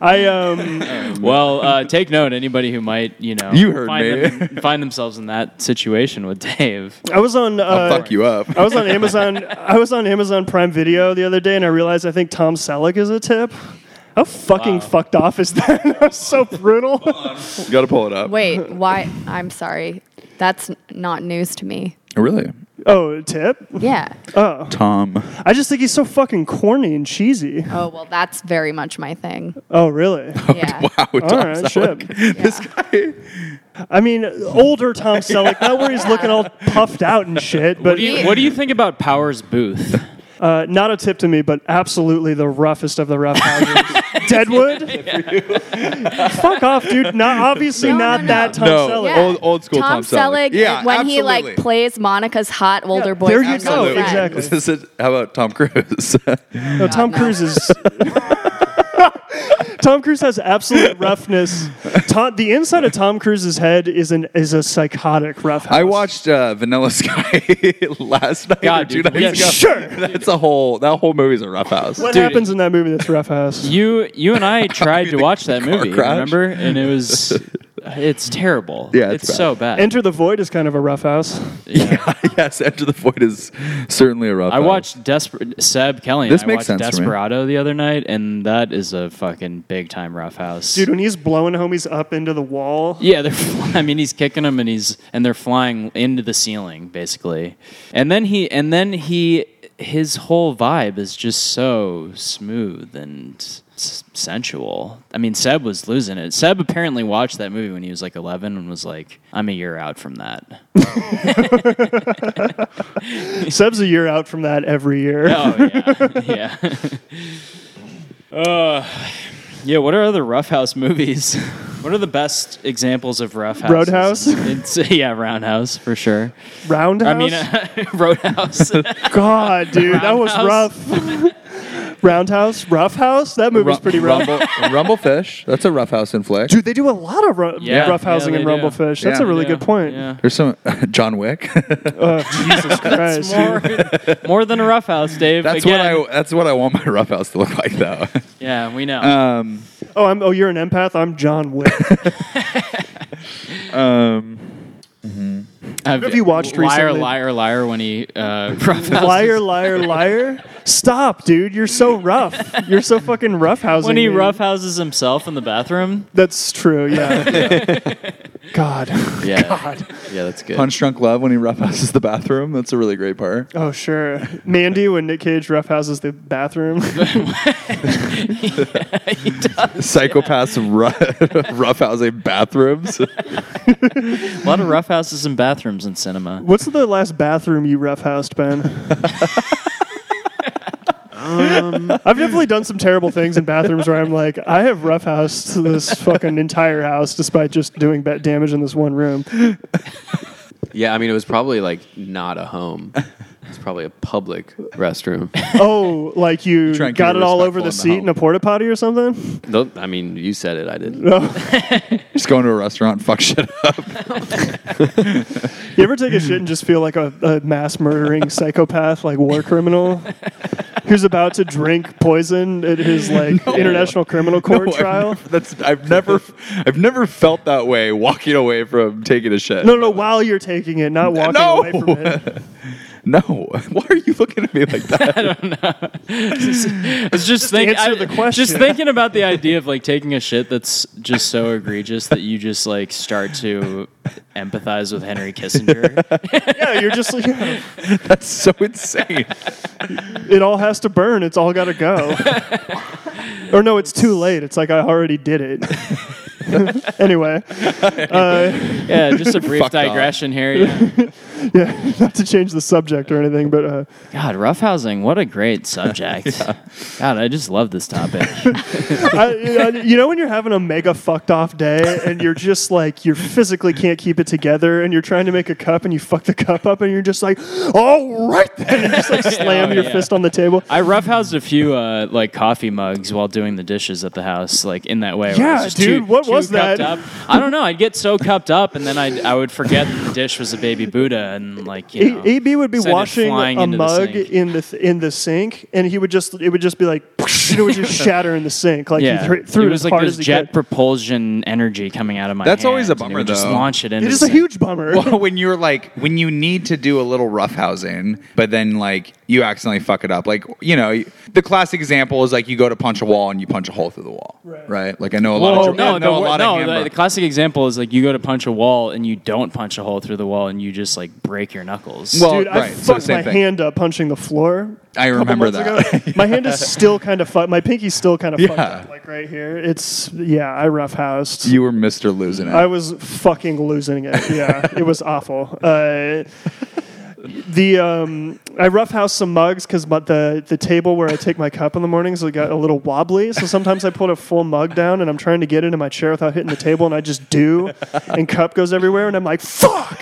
S4: I um,
S2: Well, uh, take note. Anybody who might, you know,
S3: You heard
S2: find,
S3: me.
S2: them- find themselves in that situation with Dave.
S4: I was on. Uh,
S3: fuck you up.
S4: I was on Amazon. I was on Amazon Prime Video the other day, and I realized I think Tom Selleck is a tip. How fucking fucked off is that? that was so brutal.
S3: Got to pull it up.
S1: Wait, why? I'm sorry. That's n- not news to me.
S3: Really,
S4: Oh, tip.
S1: Yeah.
S4: Oh,
S3: Tom?
S4: I just think he's so fucking corny and cheesy.
S1: Oh, well, that's very much my thing.
S4: Oh, really?
S1: Yeah.
S3: Wow, Tom
S4: All right,
S3: Selleck.
S4: shit.
S3: This guy.
S4: I mean, older Tom Selleck, not where he's looking all puffed out and shit,
S2: What
S4: but
S2: do you What do you think about Powers Booth?
S4: Uh, not a tip to me, but absolutely the roughest of the rough houses. Deadwood? Fuck off, dude. Not obviously
S1: No,
S4: not
S1: no, no.
S4: that Tom
S3: No.
S4: Selleck.
S3: Yeah. Old- old school Tom Selleck.
S1: Yeah,
S3: Yeah,
S1: when he like
S3: absolutely.
S1: plays Monica's hot older boy.
S4: there you
S1: friend
S4: go,
S1: on the friend.
S4: exactly.
S3: This is- how about Tom Cruise?
S4: No, Tom
S1: no.
S4: Cruise is. Tom Cruise has absolute roughness. Tom, the inside of Tom Cruise's head is an is a psychotic rough.
S3: I watched uh, Vanilla Sky last night
S2: God,
S3: or two
S2: dude.
S3: nights
S2: Yeah,
S3: ago.
S4: Sure.
S3: That's a whole that whole movie's a rough house.
S4: What
S2: Dude.
S4: happens in that movie? That's rough house.
S2: You you and I tried to
S3: the
S2: watch that
S3: car
S2: movie,
S3: crash.
S2: remember? And it was it's terrible.
S3: Yeah, it's bad.
S2: so bad.
S4: Enter the Void is kind of a rough house.
S3: yes, Enter the Void is certainly a rough
S2: I
S3: house.
S2: watched Desper- Seb Kelly. And
S3: This
S2: I
S3: makes
S2: watched
S3: sense to me.
S2: Desperado the other night, and that is a fucking big time roughhouse.
S4: Dude, when he's blowing homies up into the wall,
S2: Yeah, they're. fl- I mean, he's kicking them, and he's and they're flying into the ceiling basically. And then he and then he his whole vibe is just so smooth and s- sensual. I mean, Seb was losing it. Seb apparently watched that movie when he was like 11 and was like, "I'm a year out from that."
S4: Seb's a year out from that every year.
S2: Oh yeah, yeah. uh, yeah. What are other Rough House movies? What are the best examples of Rough House?
S4: Roadhouse?
S2: It's, yeah, Roundhouse for sure.
S4: Roundhouse.
S2: I mean, uh, Roadhouse.
S4: God, dude, that was rough. Roundhouse, Rough House. That movie's
S3: Ru-
S4: pretty rough.
S3: Rumble, Rumblefish. That's a rough house in Flick.
S4: Dude, they do a lot of ru-
S2: Yeah.
S4: rough housing
S2: Yeah,
S4: in
S2: they do.
S4: Rumblefish. That's
S3: Yeah.
S4: a really
S2: Yeah,
S4: good point.
S2: Yeah.
S3: There's some John Wick.
S4: Oh, Jesus Christ.
S2: More, more than a rough house, Dave.
S3: that's
S2: Again,
S3: what I that's what I want my rough house to look like though.
S2: Yeah, we know.
S3: Um,
S4: Oh, I'm. Oh, you're an empath. I'm John Wick.
S2: Have
S4: have you watched
S2: liar,
S4: recently?
S2: Liar, liar, when he uh, rough house
S4: liar, liar, liar. Stop, dude. You're so rough. You're so fucking rough housing.
S2: when he rough houses himself in the bathroom.
S4: That's true. Yeah. God.
S5: Yeah. Yeah, that's good.
S3: Punch Drunk Love when he rough houses the bathroom. That's a really great part.
S4: Oh sure. Mandy when Nick Cage rough houses the bathroom.
S3: Psychopaths ru- rough housing bathrooms.
S2: A lot of rough houses and bathrooms in cinema.
S4: What's the last bathroom you rough housed, Ben? I've definitely done some terrible things in bathrooms where I'm like, I have roughhoused this fucking entire house despite just doing ba- damage in this one room.
S5: Yeah, I mean, it was probably like not a home. It's probably a public restroom.
S4: Oh, like you
S3: try and keep
S4: got
S3: it
S4: it all over the,
S3: respectful in the
S4: seat in a
S3: home.
S4: porta potty or something?
S5: Though- I mean, you said it. I didn't.
S4: No.
S3: Just going to a restaurant, and fuck shit up.
S4: You ever take a shit and just feel like a, a mass murdering psychopath, like war criminal, who's about to drink poison at his like international criminal court trial?
S3: I've never, that's I've never I've never felt that way walking away from taking a shit.
S4: No, no, while you're taking it, not walking
S3: No!
S4: away from it.
S3: No. Why are you looking at me like that?
S2: I was just, thinking,
S4: answer
S2: I-
S4: the question.
S2: just thinking about the idea of like taking a shit that's just so egregious that you just like start to empathize with Henry Kissinger.
S4: Yeah, you're just like, yeah,
S3: That's so insane.
S4: it all has to burn. It's all got to go. or no, it's too late. It's like I already did it. anyway, uh,
S2: yeah, just a brief
S3: Fucked up.
S2: digression here. yeah.
S4: yeah, not to change the subject or anything, but uh,
S2: God, roughhousing, what a great subject. God, I just love this topic.
S4: I, I- you know when you're having a mega fucked off day and you're just like you physically can't keep it together and you're trying to make a cup and you fuck the cup up and you're just like, all right, then," and you just like slam
S2: Oh,
S4: your
S2: yeah.
S4: fist on the table.
S2: I roughhoused a few uh, like coffee mugs while doing the dishes at the house, like in that way. where I was
S4: Yeah,
S2: just too-
S4: dude, what
S2: too
S4: was
S2: cupped
S4: that?
S2: up. I don't know. I'd get so cupped up, and then I I would forget that the dish was a baby Buddha, and like you know,
S4: A- AB would be
S2: send it
S4: washing
S2: flying
S4: a
S2: into the
S4: mug
S2: sink.
S4: in the th- in the sink, and he would just it would just be like and it would just shatter in the sink. Like
S2: yeah,
S4: he thr- threw
S2: it
S4: it,
S2: was
S4: as
S2: like
S4: hard
S2: this
S4: as he
S2: jet
S4: could.
S2: propulsion energy coming out of my.
S3: That's always a
S2: hands, and it
S3: bummer,
S2: would Just
S3: though.
S2: launch it into.
S4: It is
S2: the
S4: a
S2: sink.
S4: huge bummer.
S3: Well, when you're like when you need to do a little roughhousing, but then like you accidentally fuck it up. Like you know, the classic example is like you go to punch a wall and you punch a hole through the wall, right? Like I know a lot
S2: Well,
S3: of
S2: no,
S3: I know
S2: the,
S3: a lot
S2: no
S3: of
S2: the,
S3: hammer-
S2: the classic example is like you go to punch a wall and you don't punch a hole through the wall and you just like break your knuckles.
S3: Well,
S4: Dude, I
S3: right, so
S4: fucked
S3: same
S4: my
S3: thing.
S4: hand up punching the floor.
S3: I
S4: a couple
S3: remember
S4: months
S3: that.
S4: ago. my hand is still kind of fucked. My pinky's still kind of fucked
S3: Yeah.
S4: up, like right here. It's yeah, I roughhoused.
S3: you were Mister losing it.
S4: I was fucking losing it. Yeah, it was awful. Uh, the um, I roughhouse some mugs because the the table where I take my cup in the mornings it got a little wobbly. So sometimes I put a full mug down and I'm trying to get into my chair without hitting the table, and I just do, and cup goes everywhere, and I'm like, fuck,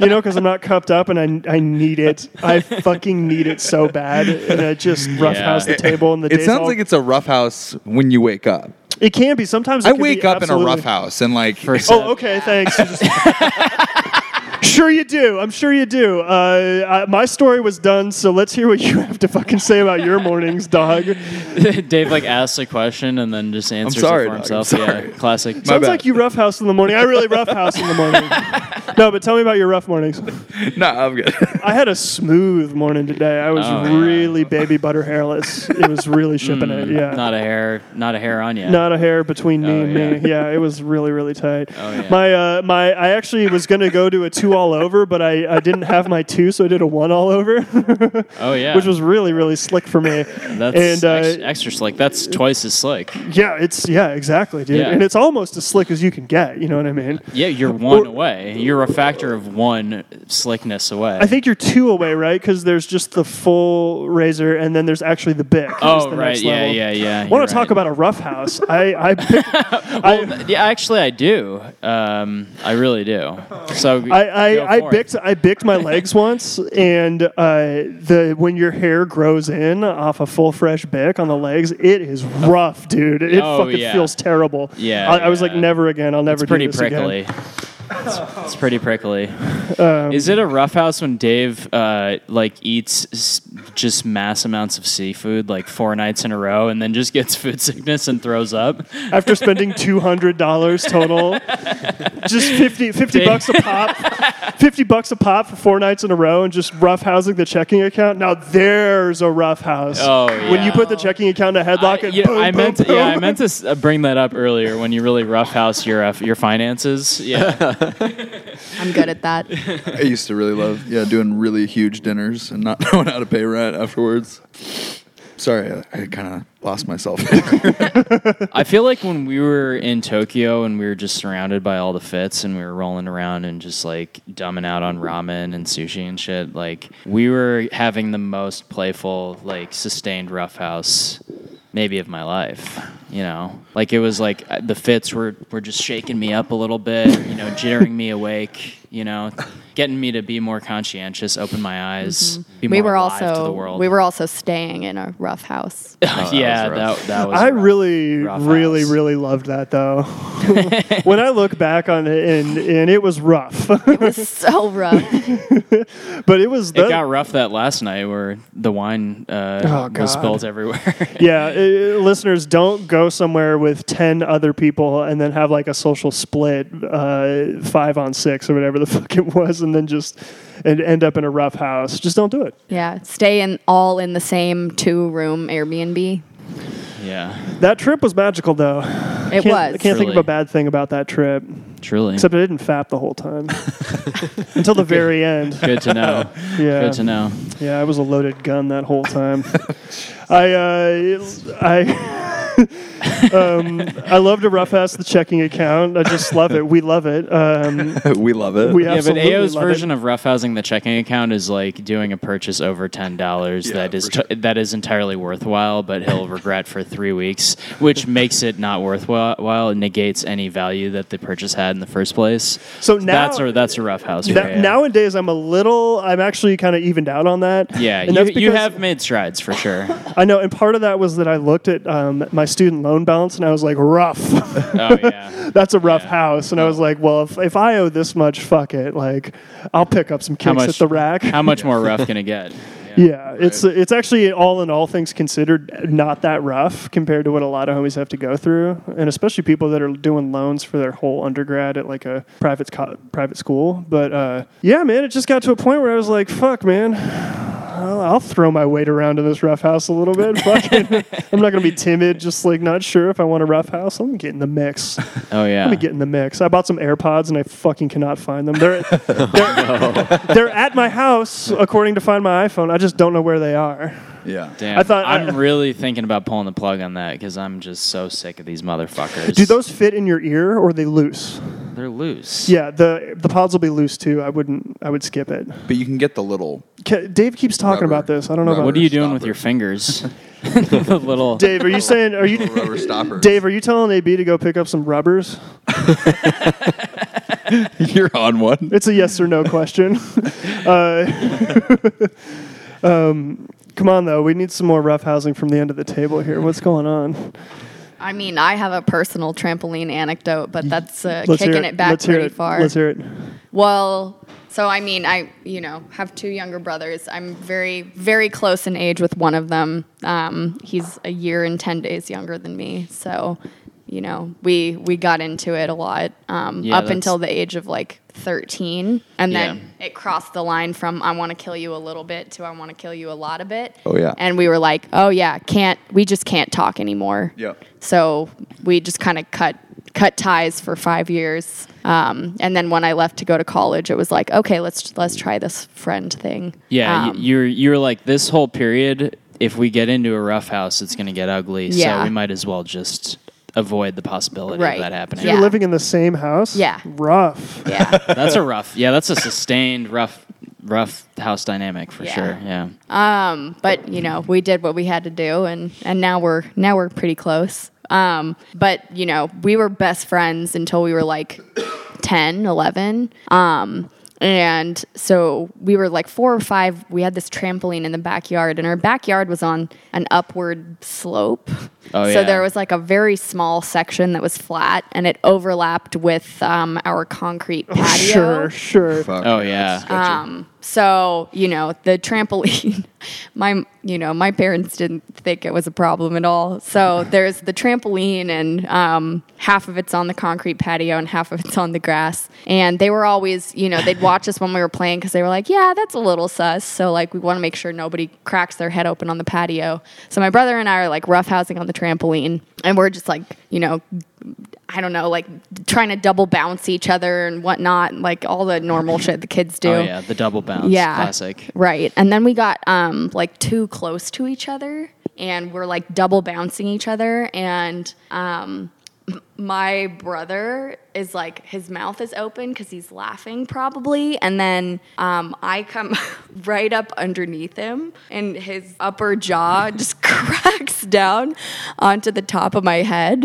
S4: you know, because I'm not cupped up, and I I need it. I fucking need it so bad, and I just roughhouse the table and the.
S3: It
S4: days
S3: sounds
S4: all-
S3: like it's a rough house when you wake up.
S4: It can be sometimes. It
S3: I
S4: can be
S3: wake up in a
S4: absolutely-
S3: rough house and like
S4: Oh, okay. Thanks. sure you do. I'm sure you do. Uh, I, my story was done, so let's hear what you have to fucking say about your mornings, dog.
S2: Dave like asks a question and then just answers
S3: sorry,
S2: it for
S3: dog, I'm
S2: himself.
S3: sorry.
S2: Yeah, classic.
S3: My
S4: Sounds
S3: bad.
S4: like you roughhouse in the morning. I really roughhouse in the morning. No, but tell me about your rough mornings.
S3: no, I'm good.
S4: I had a smooth morning today. I was
S2: Oh, yeah. Mm,
S4: really baby butter hairless. It was really shipping it. Yeah.
S2: Not a hair, not a hair on you.
S4: not a hair between me
S2: Oh,
S4: and me. Yeah, it was really really tight.
S2: Oh, yeah.
S4: My uh, my I actually was gonna go to a two all over, but I, I didn't have my two, so I did a one all over,
S2: Oh yeah,
S4: which was really really slick for me.
S2: that's
S4: and uh,
S2: ex- extra slick. That's twice as slick.
S4: yeah, it's yeah exactly, dude.
S2: Yeah.
S4: And it's almost as slick as you can get. You know what I mean?
S2: Yeah, you're one
S4: Or-
S2: away. You're a factor of one slickness away.
S4: I think you're two away, right? Because there's just the full razor, and then there's actually the bit. which is
S2: Oh
S4: the
S2: right,
S4: next
S2: yeah,
S4: level.
S2: yeah, yeah.
S4: I want
S2: you're
S4: to talk
S2: right.
S4: about a rough house. I I, picked, I
S2: Yeah, actually, I do. Um, I really do. So
S4: I
S2: go
S4: I, I
S2: for it.
S4: bicked I bicked my legs once, and uh, the when your hair grows in off a full fresh bick on the legs, it is rough, dude. It
S2: Oh,
S4: fucking
S2: yeah.
S4: feels terrible.
S2: Yeah,
S4: I, I was
S2: yeah.
S4: like, never again. I'll never
S2: It's pretty
S4: do this
S2: prickly.
S4: again. Um,
S2: It's, it's pretty prickly. Is it a rough house when Dave uh, like eats s- just mass amounts of seafood like four nights in a row and then just gets food sickness and throws up?
S4: After spending two hundred dollars total, just 50, 50
S2: Dang.
S4: bucks a pop, fifty bucks a pop for four nights in a row, and just rough housing the checking account. Now there's a rough house.
S2: Oh,
S4: When
S2: yeah.
S4: you put the checking account in a headlock,
S2: I,
S4: and
S2: you know,
S4: boom,
S2: I
S4: boom,
S2: meant to, yeah, I
S4: boom.
S2: meant to s- uh, bring that up earlier when you really roughhouse your uh, f- your finances. Yeah,
S1: I'm good at that.
S3: I used to really love yeah doing really huge dinners and not knowing how to pay rent afterwards. Sorry, I, I kind of lost myself.
S2: I feel like when we were in Tokyo and we were just surrounded by all the fits and we were rolling around and just like dumbing out on ramen and sushi and shit. Like we were having the most playful, like sustained roughhouse maybe of my life. You know, like it was like uh, the fits were were just shaking me up a little bit. You know, jittering me awake. You know. Getting me to be more conscientious, open my eyes. Be
S1: Mm-hmm. We
S2: more
S1: were
S2: alive
S1: also
S2: to the world.
S1: we were also staying in a rough house.
S2: yeah,
S5: was rough.
S2: that, that was.
S4: I
S2: rough.
S4: really,
S2: rough
S4: really,
S2: house.
S4: really loved that though. when I look back on it, and and it was rough,
S1: It was so rough.
S4: but it was
S2: It
S4: the,
S2: got rough that last night where the wine uh,
S4: Oh,
S2: was
S4: God.
S2: spilled everywhere.
S4: yeah. uh, listeners, don't go somewhere with ten other people and then have like a social split, uh, five on six or whatever the fuck it was, and then just and end up in a rough house. Just don't do it.
S1: Yeah, stay in all in the same two room Airbnb.
S2: yeah,
S4: That trip was magical though. It
S1: It was.
S4: I can't think of
S2: Truly.
S4: a bad thing about that trip,
S2: truly.
S4: except I didn't fap the whole time until the very end.
S2: Good to know.
S4: Yeah.
S2: Good to know.
S4: Yeah, I was a loaded gun that whole time. I, uh, I, um, I love to rough ass the checking account. I just love it. We love it. Um,
S3: we love it.
S4: we
S2: Yeah, but
S4: absolutely
S2: AO's
S4: love
S2: version
S4: it.
S2: of roughhousing the checking account is like doing a purchase over ten dollars that is t- that is entirely worthwhile, but he'll regret for three weeks, which makes it not worthwhile. It negates any value that the purchase had in the first place.
S4: So now-
S2: that's a that's a roughhouse.
S4: That-
S2: for AO.
S4: Nowadays, I'm a little. I'm actually kind of evened out on that.
S2: yeah,
S4: and
S2: you,
S4: that's
S2: you
S4: because-
S2: have made strides for sure.
S4: I know, and part of that was that I looked at um, my student loan balance and I was like, rough.
S2: oh yeah.
S4: That's a rough house, and I was like, well, if, if I owe this much, fuck it. Like, I'll pick up some
S2: How
S4: kicks
S2: much
S4: at the rack.
S2: How much more rough can it get?
S4: Yeah, it's it's actually all in all things considered not that rough compared to what a lot of homies have to go through, and especially people that are doing loans for their whole undergrad at like a private co- private school. But uh, yeah, man, it just got to a point where I was like, "Fuck, man, I'll, I'll throw my weight around in this rough house a little bit. Fuck it. I'm not gonna be timid, just like not sure if I want a rough house. I'm gonna get in the mix.
S2: Oh yeah.
S4: I'm gonna get in the mix. I bought some AirPods and I fucking cannot find them. They're they're,
S2: Oh,
S4: they're at my house according to Find My iPhone. I just don't know where they are.
S3: yeah.
S2: Damn,
S4: I thought- uh,
S2: I'm
S4: I-
S2: really thinking about pulling the plug on that because I'm just so sick of these motherfuckers.
S4: Do those fit in your ear or are they loose?
S2: They're loose.
S4: Yeah, the the pods will be loose too. I wouldn't. I would skip it.
S3: But you can get the little.
S4: Ca Dave keeps talking
S3: Rubber.
S4: about this. I don't know
S3: Rubber.
S4: about
S2: What are you doing
S3: Stop
S2: with
S3: it.
S2: your fingers? the little.
S4: Dave. Are you saying? Are you
S3: rubber stopper.
S4: Dave? Are you telling AB to go pick up some rubbers?
S3: You're on one.
S4: It's a yes or no question. uh, um, come on though, we need some more rough housing from the end of the table here. What's going on?
S1: I mean, I have a personal trampoline anecdote, but that's uh,
S4: Let's
S1: kicking
S4: hear
S1: it. back
S4: Let's hear
S1: pretty
S4: it.
S1: far.
S4: Let's hear it.
S1: Well, so I mean, I you know have two younger brothers. I'm very very close in age with one of them. Um, he's a year and ten days younger than me, so you know we we got into it a lot um,
S2: Yeah,
S1: up
S2: that's-
S1: until the age of like 13, and then
S2: Yeah.
S1: it crossed the line from I want to kill you a little bit to I want to kill you a lot of bit.
S3: Oh, yeah.
S1: and we were like, oh yeah, can't we just can't talk anymore?
S3: Yeah.
S1: So we just kind of cut cut ties for five years, um, and then when I left to go to college, it was like, okay, let's let's try this friend thing.
S2: Yeah, y
S1: Um,
S2: you're you're like this whole period. If we get into a rough house, it's going to get ugly.
S1: Yeah.
S2: So we might as well just avoid the possibility
S1: Right.
S2: of that happening.
S1: Yeah.
S4: You're living in the same house.
S1: Yeah.
S4: Rough.
S1: yeah.
S2: That's a rough. Yeah, that's a sustained rough rough house dynamic for
S1: Yeah.
S2: sure. Yeah.
S1: but you know, we did what we had to do, and and now we're now we're pretty close. Um, but you know, we were best friends until we were like 10, 11. Um, and so we were like four or five. We had this trampoline in the backyard, and our backyard was on an upward slope.
S2: Oh,
S1: so
S2: yeah.
S1: there was like a very small section that was flat, and it overlapped with um, our concrete patio.
S4: Sure. Sure.
S2: Oh yeah.
S1: So, you know, the trampoline, my, you know, my parents didn't think it was a problem at all. So there's the trampoline and um, half of it's on the concrete patio and half of it's on the grass. And they were always, you know, they'd watch us when we were playing because they were like, yeah, that's a little sus. So like we want to make sure nobody cracks their head open on the patio. So my brother and I are like roughhousing on the trampoline and we're just like, you know, I don't know, like trying to double bounce each other and whatnot, like all the normal shit the kids do.
S2: Oh yeah, the double bounce.
S1: Yeah.
S2: Classic.
S1: Right. And then we got um like too close to each other and we're like double bouncing each other and um m- my brother is like his mouth is open because he's laughing probably and then um, i come right up underneath him and his upper jaw just cracks down onto the top of my head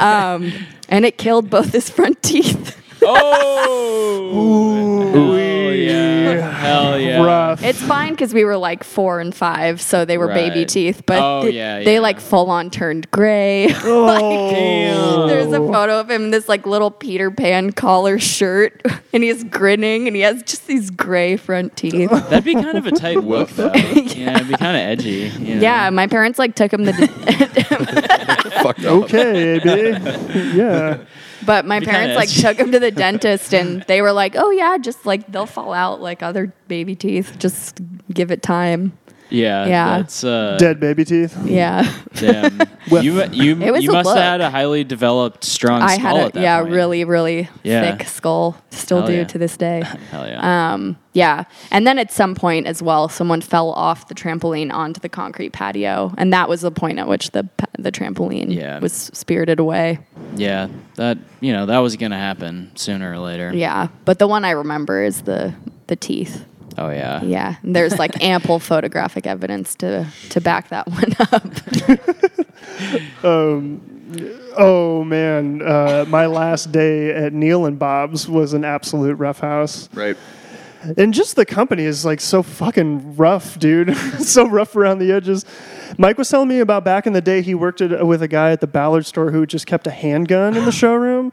S1: um, and it killed both his front teeth
S2: Oh yeah. Hell yeah.
S4: Rough.
S1: It's fine because we were like four and five, so they were baby
S2: Right.
S1: teeth, but
S2: Oh,
S1: th-
S2: yeah,
S1: they
S2: yeah.
S1: like full on turned gray.
S4: Oh.
S1: There's a photo of him in this like little Peter Pan collar shirt, and he's grinning, and he has just these gray front teeth.
S2: That'd be kind of a tight look though. yeah. it'd be kind of edgy. you know?
S1: yeah, my parents like took him the,
S3: Fucked up.
S4: Okay, AB. yeah.
S1: but my
S2: Be
S1: parents
S2: kinda
S1: like
S2: edgy.
S1: took him to the dentist, and they were like, "Oh yeah, just like they'll fall out like other baby teeth. Just give it time."
S2: Yeah.
S1: Yeah.
S2: That's uh,
S4: Dead baby teeth.
S1: Yeah,
S2: damn. you you,
S1: It was
S2: you
S1: a
S2: must
S1: look.
S2: have had a highly developed strong
S1: I
S2: skull at
S1: had a
S2: that
S1: yeah
S2: point.
S1: really really
S2: Yeah.
S1: thick skull. Still
S2: Hell
S1: do
S2: yeah.
S1: to this day.
S2: Hell yeah.
S1: Um, yeah. And then at some point as well, someone fell off the trampoline onto the concrete patio. And that was the point at which the, pa- the trampoline
S2: Yeah.
S1: was spirited away.
S2: yeah. That you know that was gonna happen sooner or later.
S1: Yeah. But the one I remember is the, the teeth.
S2: Oh yeah.
S1: Yeah. And there's like ample photographic evidence to, to back that one up.
S4: Oh man, uh, my last day at Neil and Bob's was an absolute rough house.
S3: Right.
S4: And just the company is like so fucking rough, dude. so rough around the edges. Mike was telling me about back in the day he worked at, with a guy at the Ballard store who just kept a handgun in the showroom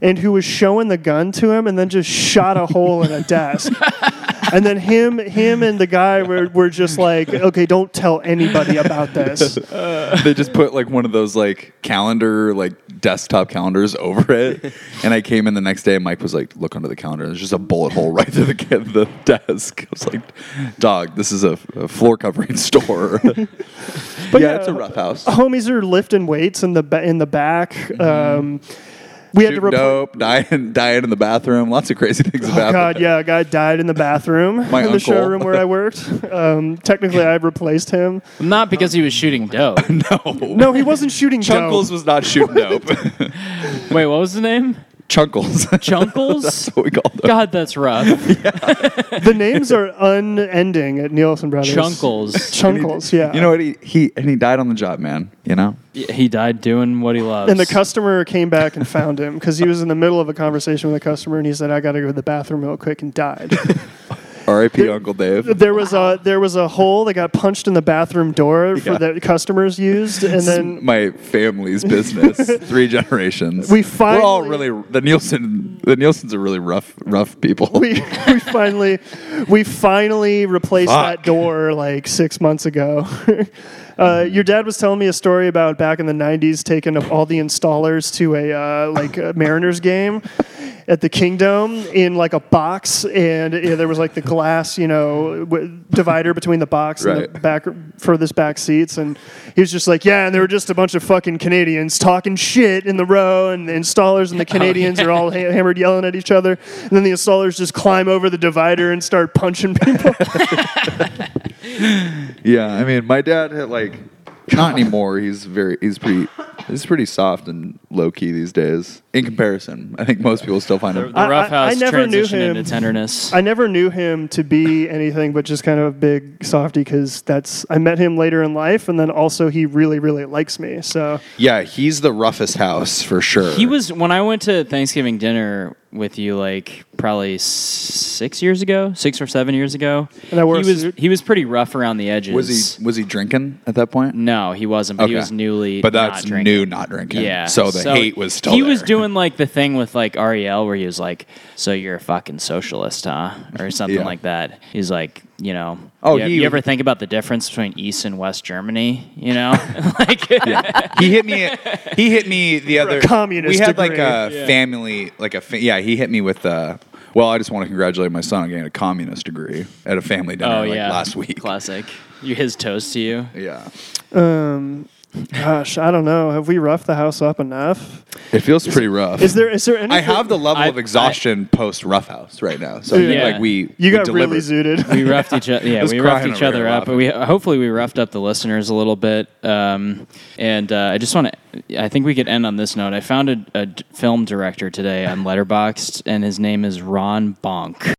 S4: and who was showing the gun to him and then just shot a hole in a desk. And then him, him, and the guy were, were just like, okay, don't tell anybody about this.
S3: They just put like one of those like calendar, like desktop calendars over it. And I came in the next day and Mike was like, look under the calendar. There's just a bullet hole right through the, the desk. I was like, dog, this is a, a floor covering store. but yeah, it's a rough house.
S4: Homies are lifting weights in the ba- in the back. Um, we had to
S3: Shooting
S4: report.
S3: dope, dying, dying in the bathroom. Lots of crazy things
S4: Oh
S3: about
S4: God, yeah, a guy died in the bathroom in
S3: My
S4: the
S3: uncle.
S4: showroom where I worked. Um, technically, I replaced him.
S2: Not because he was shooting dope.
S3: No.
S4: No, he wasn't shooting.
S3: Chunkles
S4: dope.
S3: was not shooting dope.
S2: Wait, what was the name?
S3: Chunkles.
S2: Chunkles?
S3: what we call them.
S2: God, that's rough.
S4: The names are unending at Nielsen Brothers.
S2: Chunkles.
S4: Chunkles, yeah.
S3: You know what? He, he and he died on the job, man. You know.
S2: Y- He died doing what he loves.
S4: and the customer came back and found him because he was in the middle of a conversation with a customer and he said, I got to go to the bathroom real quick and died.
S3: R.I.P. Uncle Dave.
S4: there was a there was a hole that got punched in the bathroom door for
S3: Yeah.
S4: that customers used, and then
S3: My family's business, three generations.
S4: We
S3: we're all
S4: finally-
S3: really the Nielsen. The Nielsen's are really rough, rough people.
S4: we, we finally we finally replaced that
S3: Fuck.
S4: door like six months ago. Uh, your dad was telling me a story about back in the '90s taking up all the installers to a uh, like a Mariners game at the Kingdom in like a box, and yeah, there was like the glass, you know, w- divider between the box and the
S3: Right.
S4: back furthest back seats, and he was just like, yeah, and there were just a bunch of fucking Canadians talking shit in the row, and the installers and the Canadians are all ha- hammered yelling at each other, and then the installers just climb over the divider and start punching people.
S3: Yeah, I mean, my dad had like not anymore. He's very he's pretty he's pretty soft and low key these days in comparison. I think most people still find
S2: the
S3: him.
S4: I- I-
S2: rough house
S4: I never knew
S2: transitioned
S4: him.
S2: into tenderness.
S4: I never knew him to be anything but just kind of a big softy because that's I met him later in life, and then also he really really likes me. So
S3: Yeah, he's the roughest house for sure.
S2: He was when I went to Thanksgiving dinner with you, like probably six years ago, six or seven years ago.
S4: And I wore
S2: he
S4: a
S2: was
S4: suit.
S2: he was pretty rough around the edges.
S3: was he was he drinking at that point?
S2: No, he wasn't. But Mm, he was newly,
S3: But that's
S2: not drinking.
S3: new, not drinking.
S2: Yeah.
S3: So the hate was still.
S2: He
S3: there.
S2: was doing like the thing with like Ariel where he was like, "So you're a fucking socialist, huh?" or something
S3: Yeah.
S2: like that. He's like, you know,
S3: Oh,
S2: you,
S3: he-
S2: you ever think about the difference between East and West Germany? You know, like
S3: he hit me. He hit me the other.
S4: communist
S3: we had like
S4: degree.
S3: a family, like a fa- yeah. He hit me with. Uh, well, I just want to congratulate my son on getting a communist degree at a family dinner
S2: oh
S3: like
S2: yeah,
S3: last week.
S2: classic. You his toast to you.
S3: Yeah,
S4: um, gosh, I don't know. Have we roughed the house up enough?
S3: it feels pretty rough.
S4: Is there is there anything
S3: I have the level
S2: I-
S3: of exhaustion post roughhouse right now. So I think,
S2: Yeah.
S3: like we we
S4: You got really
S3: delivered.
S4: zooted.
S2: we roughed each other. Yeah,
S3: was
S2: we roughed
S3: crying
S2: each
S3: over
S2: other
S3: here
S2: up. But we hopefully we roughed up the listeners a little bit. Um, and uh, I just want to. I think we could end on this note. I found a, a d- film director today on Letterboxd, and his name is Ron Bonk.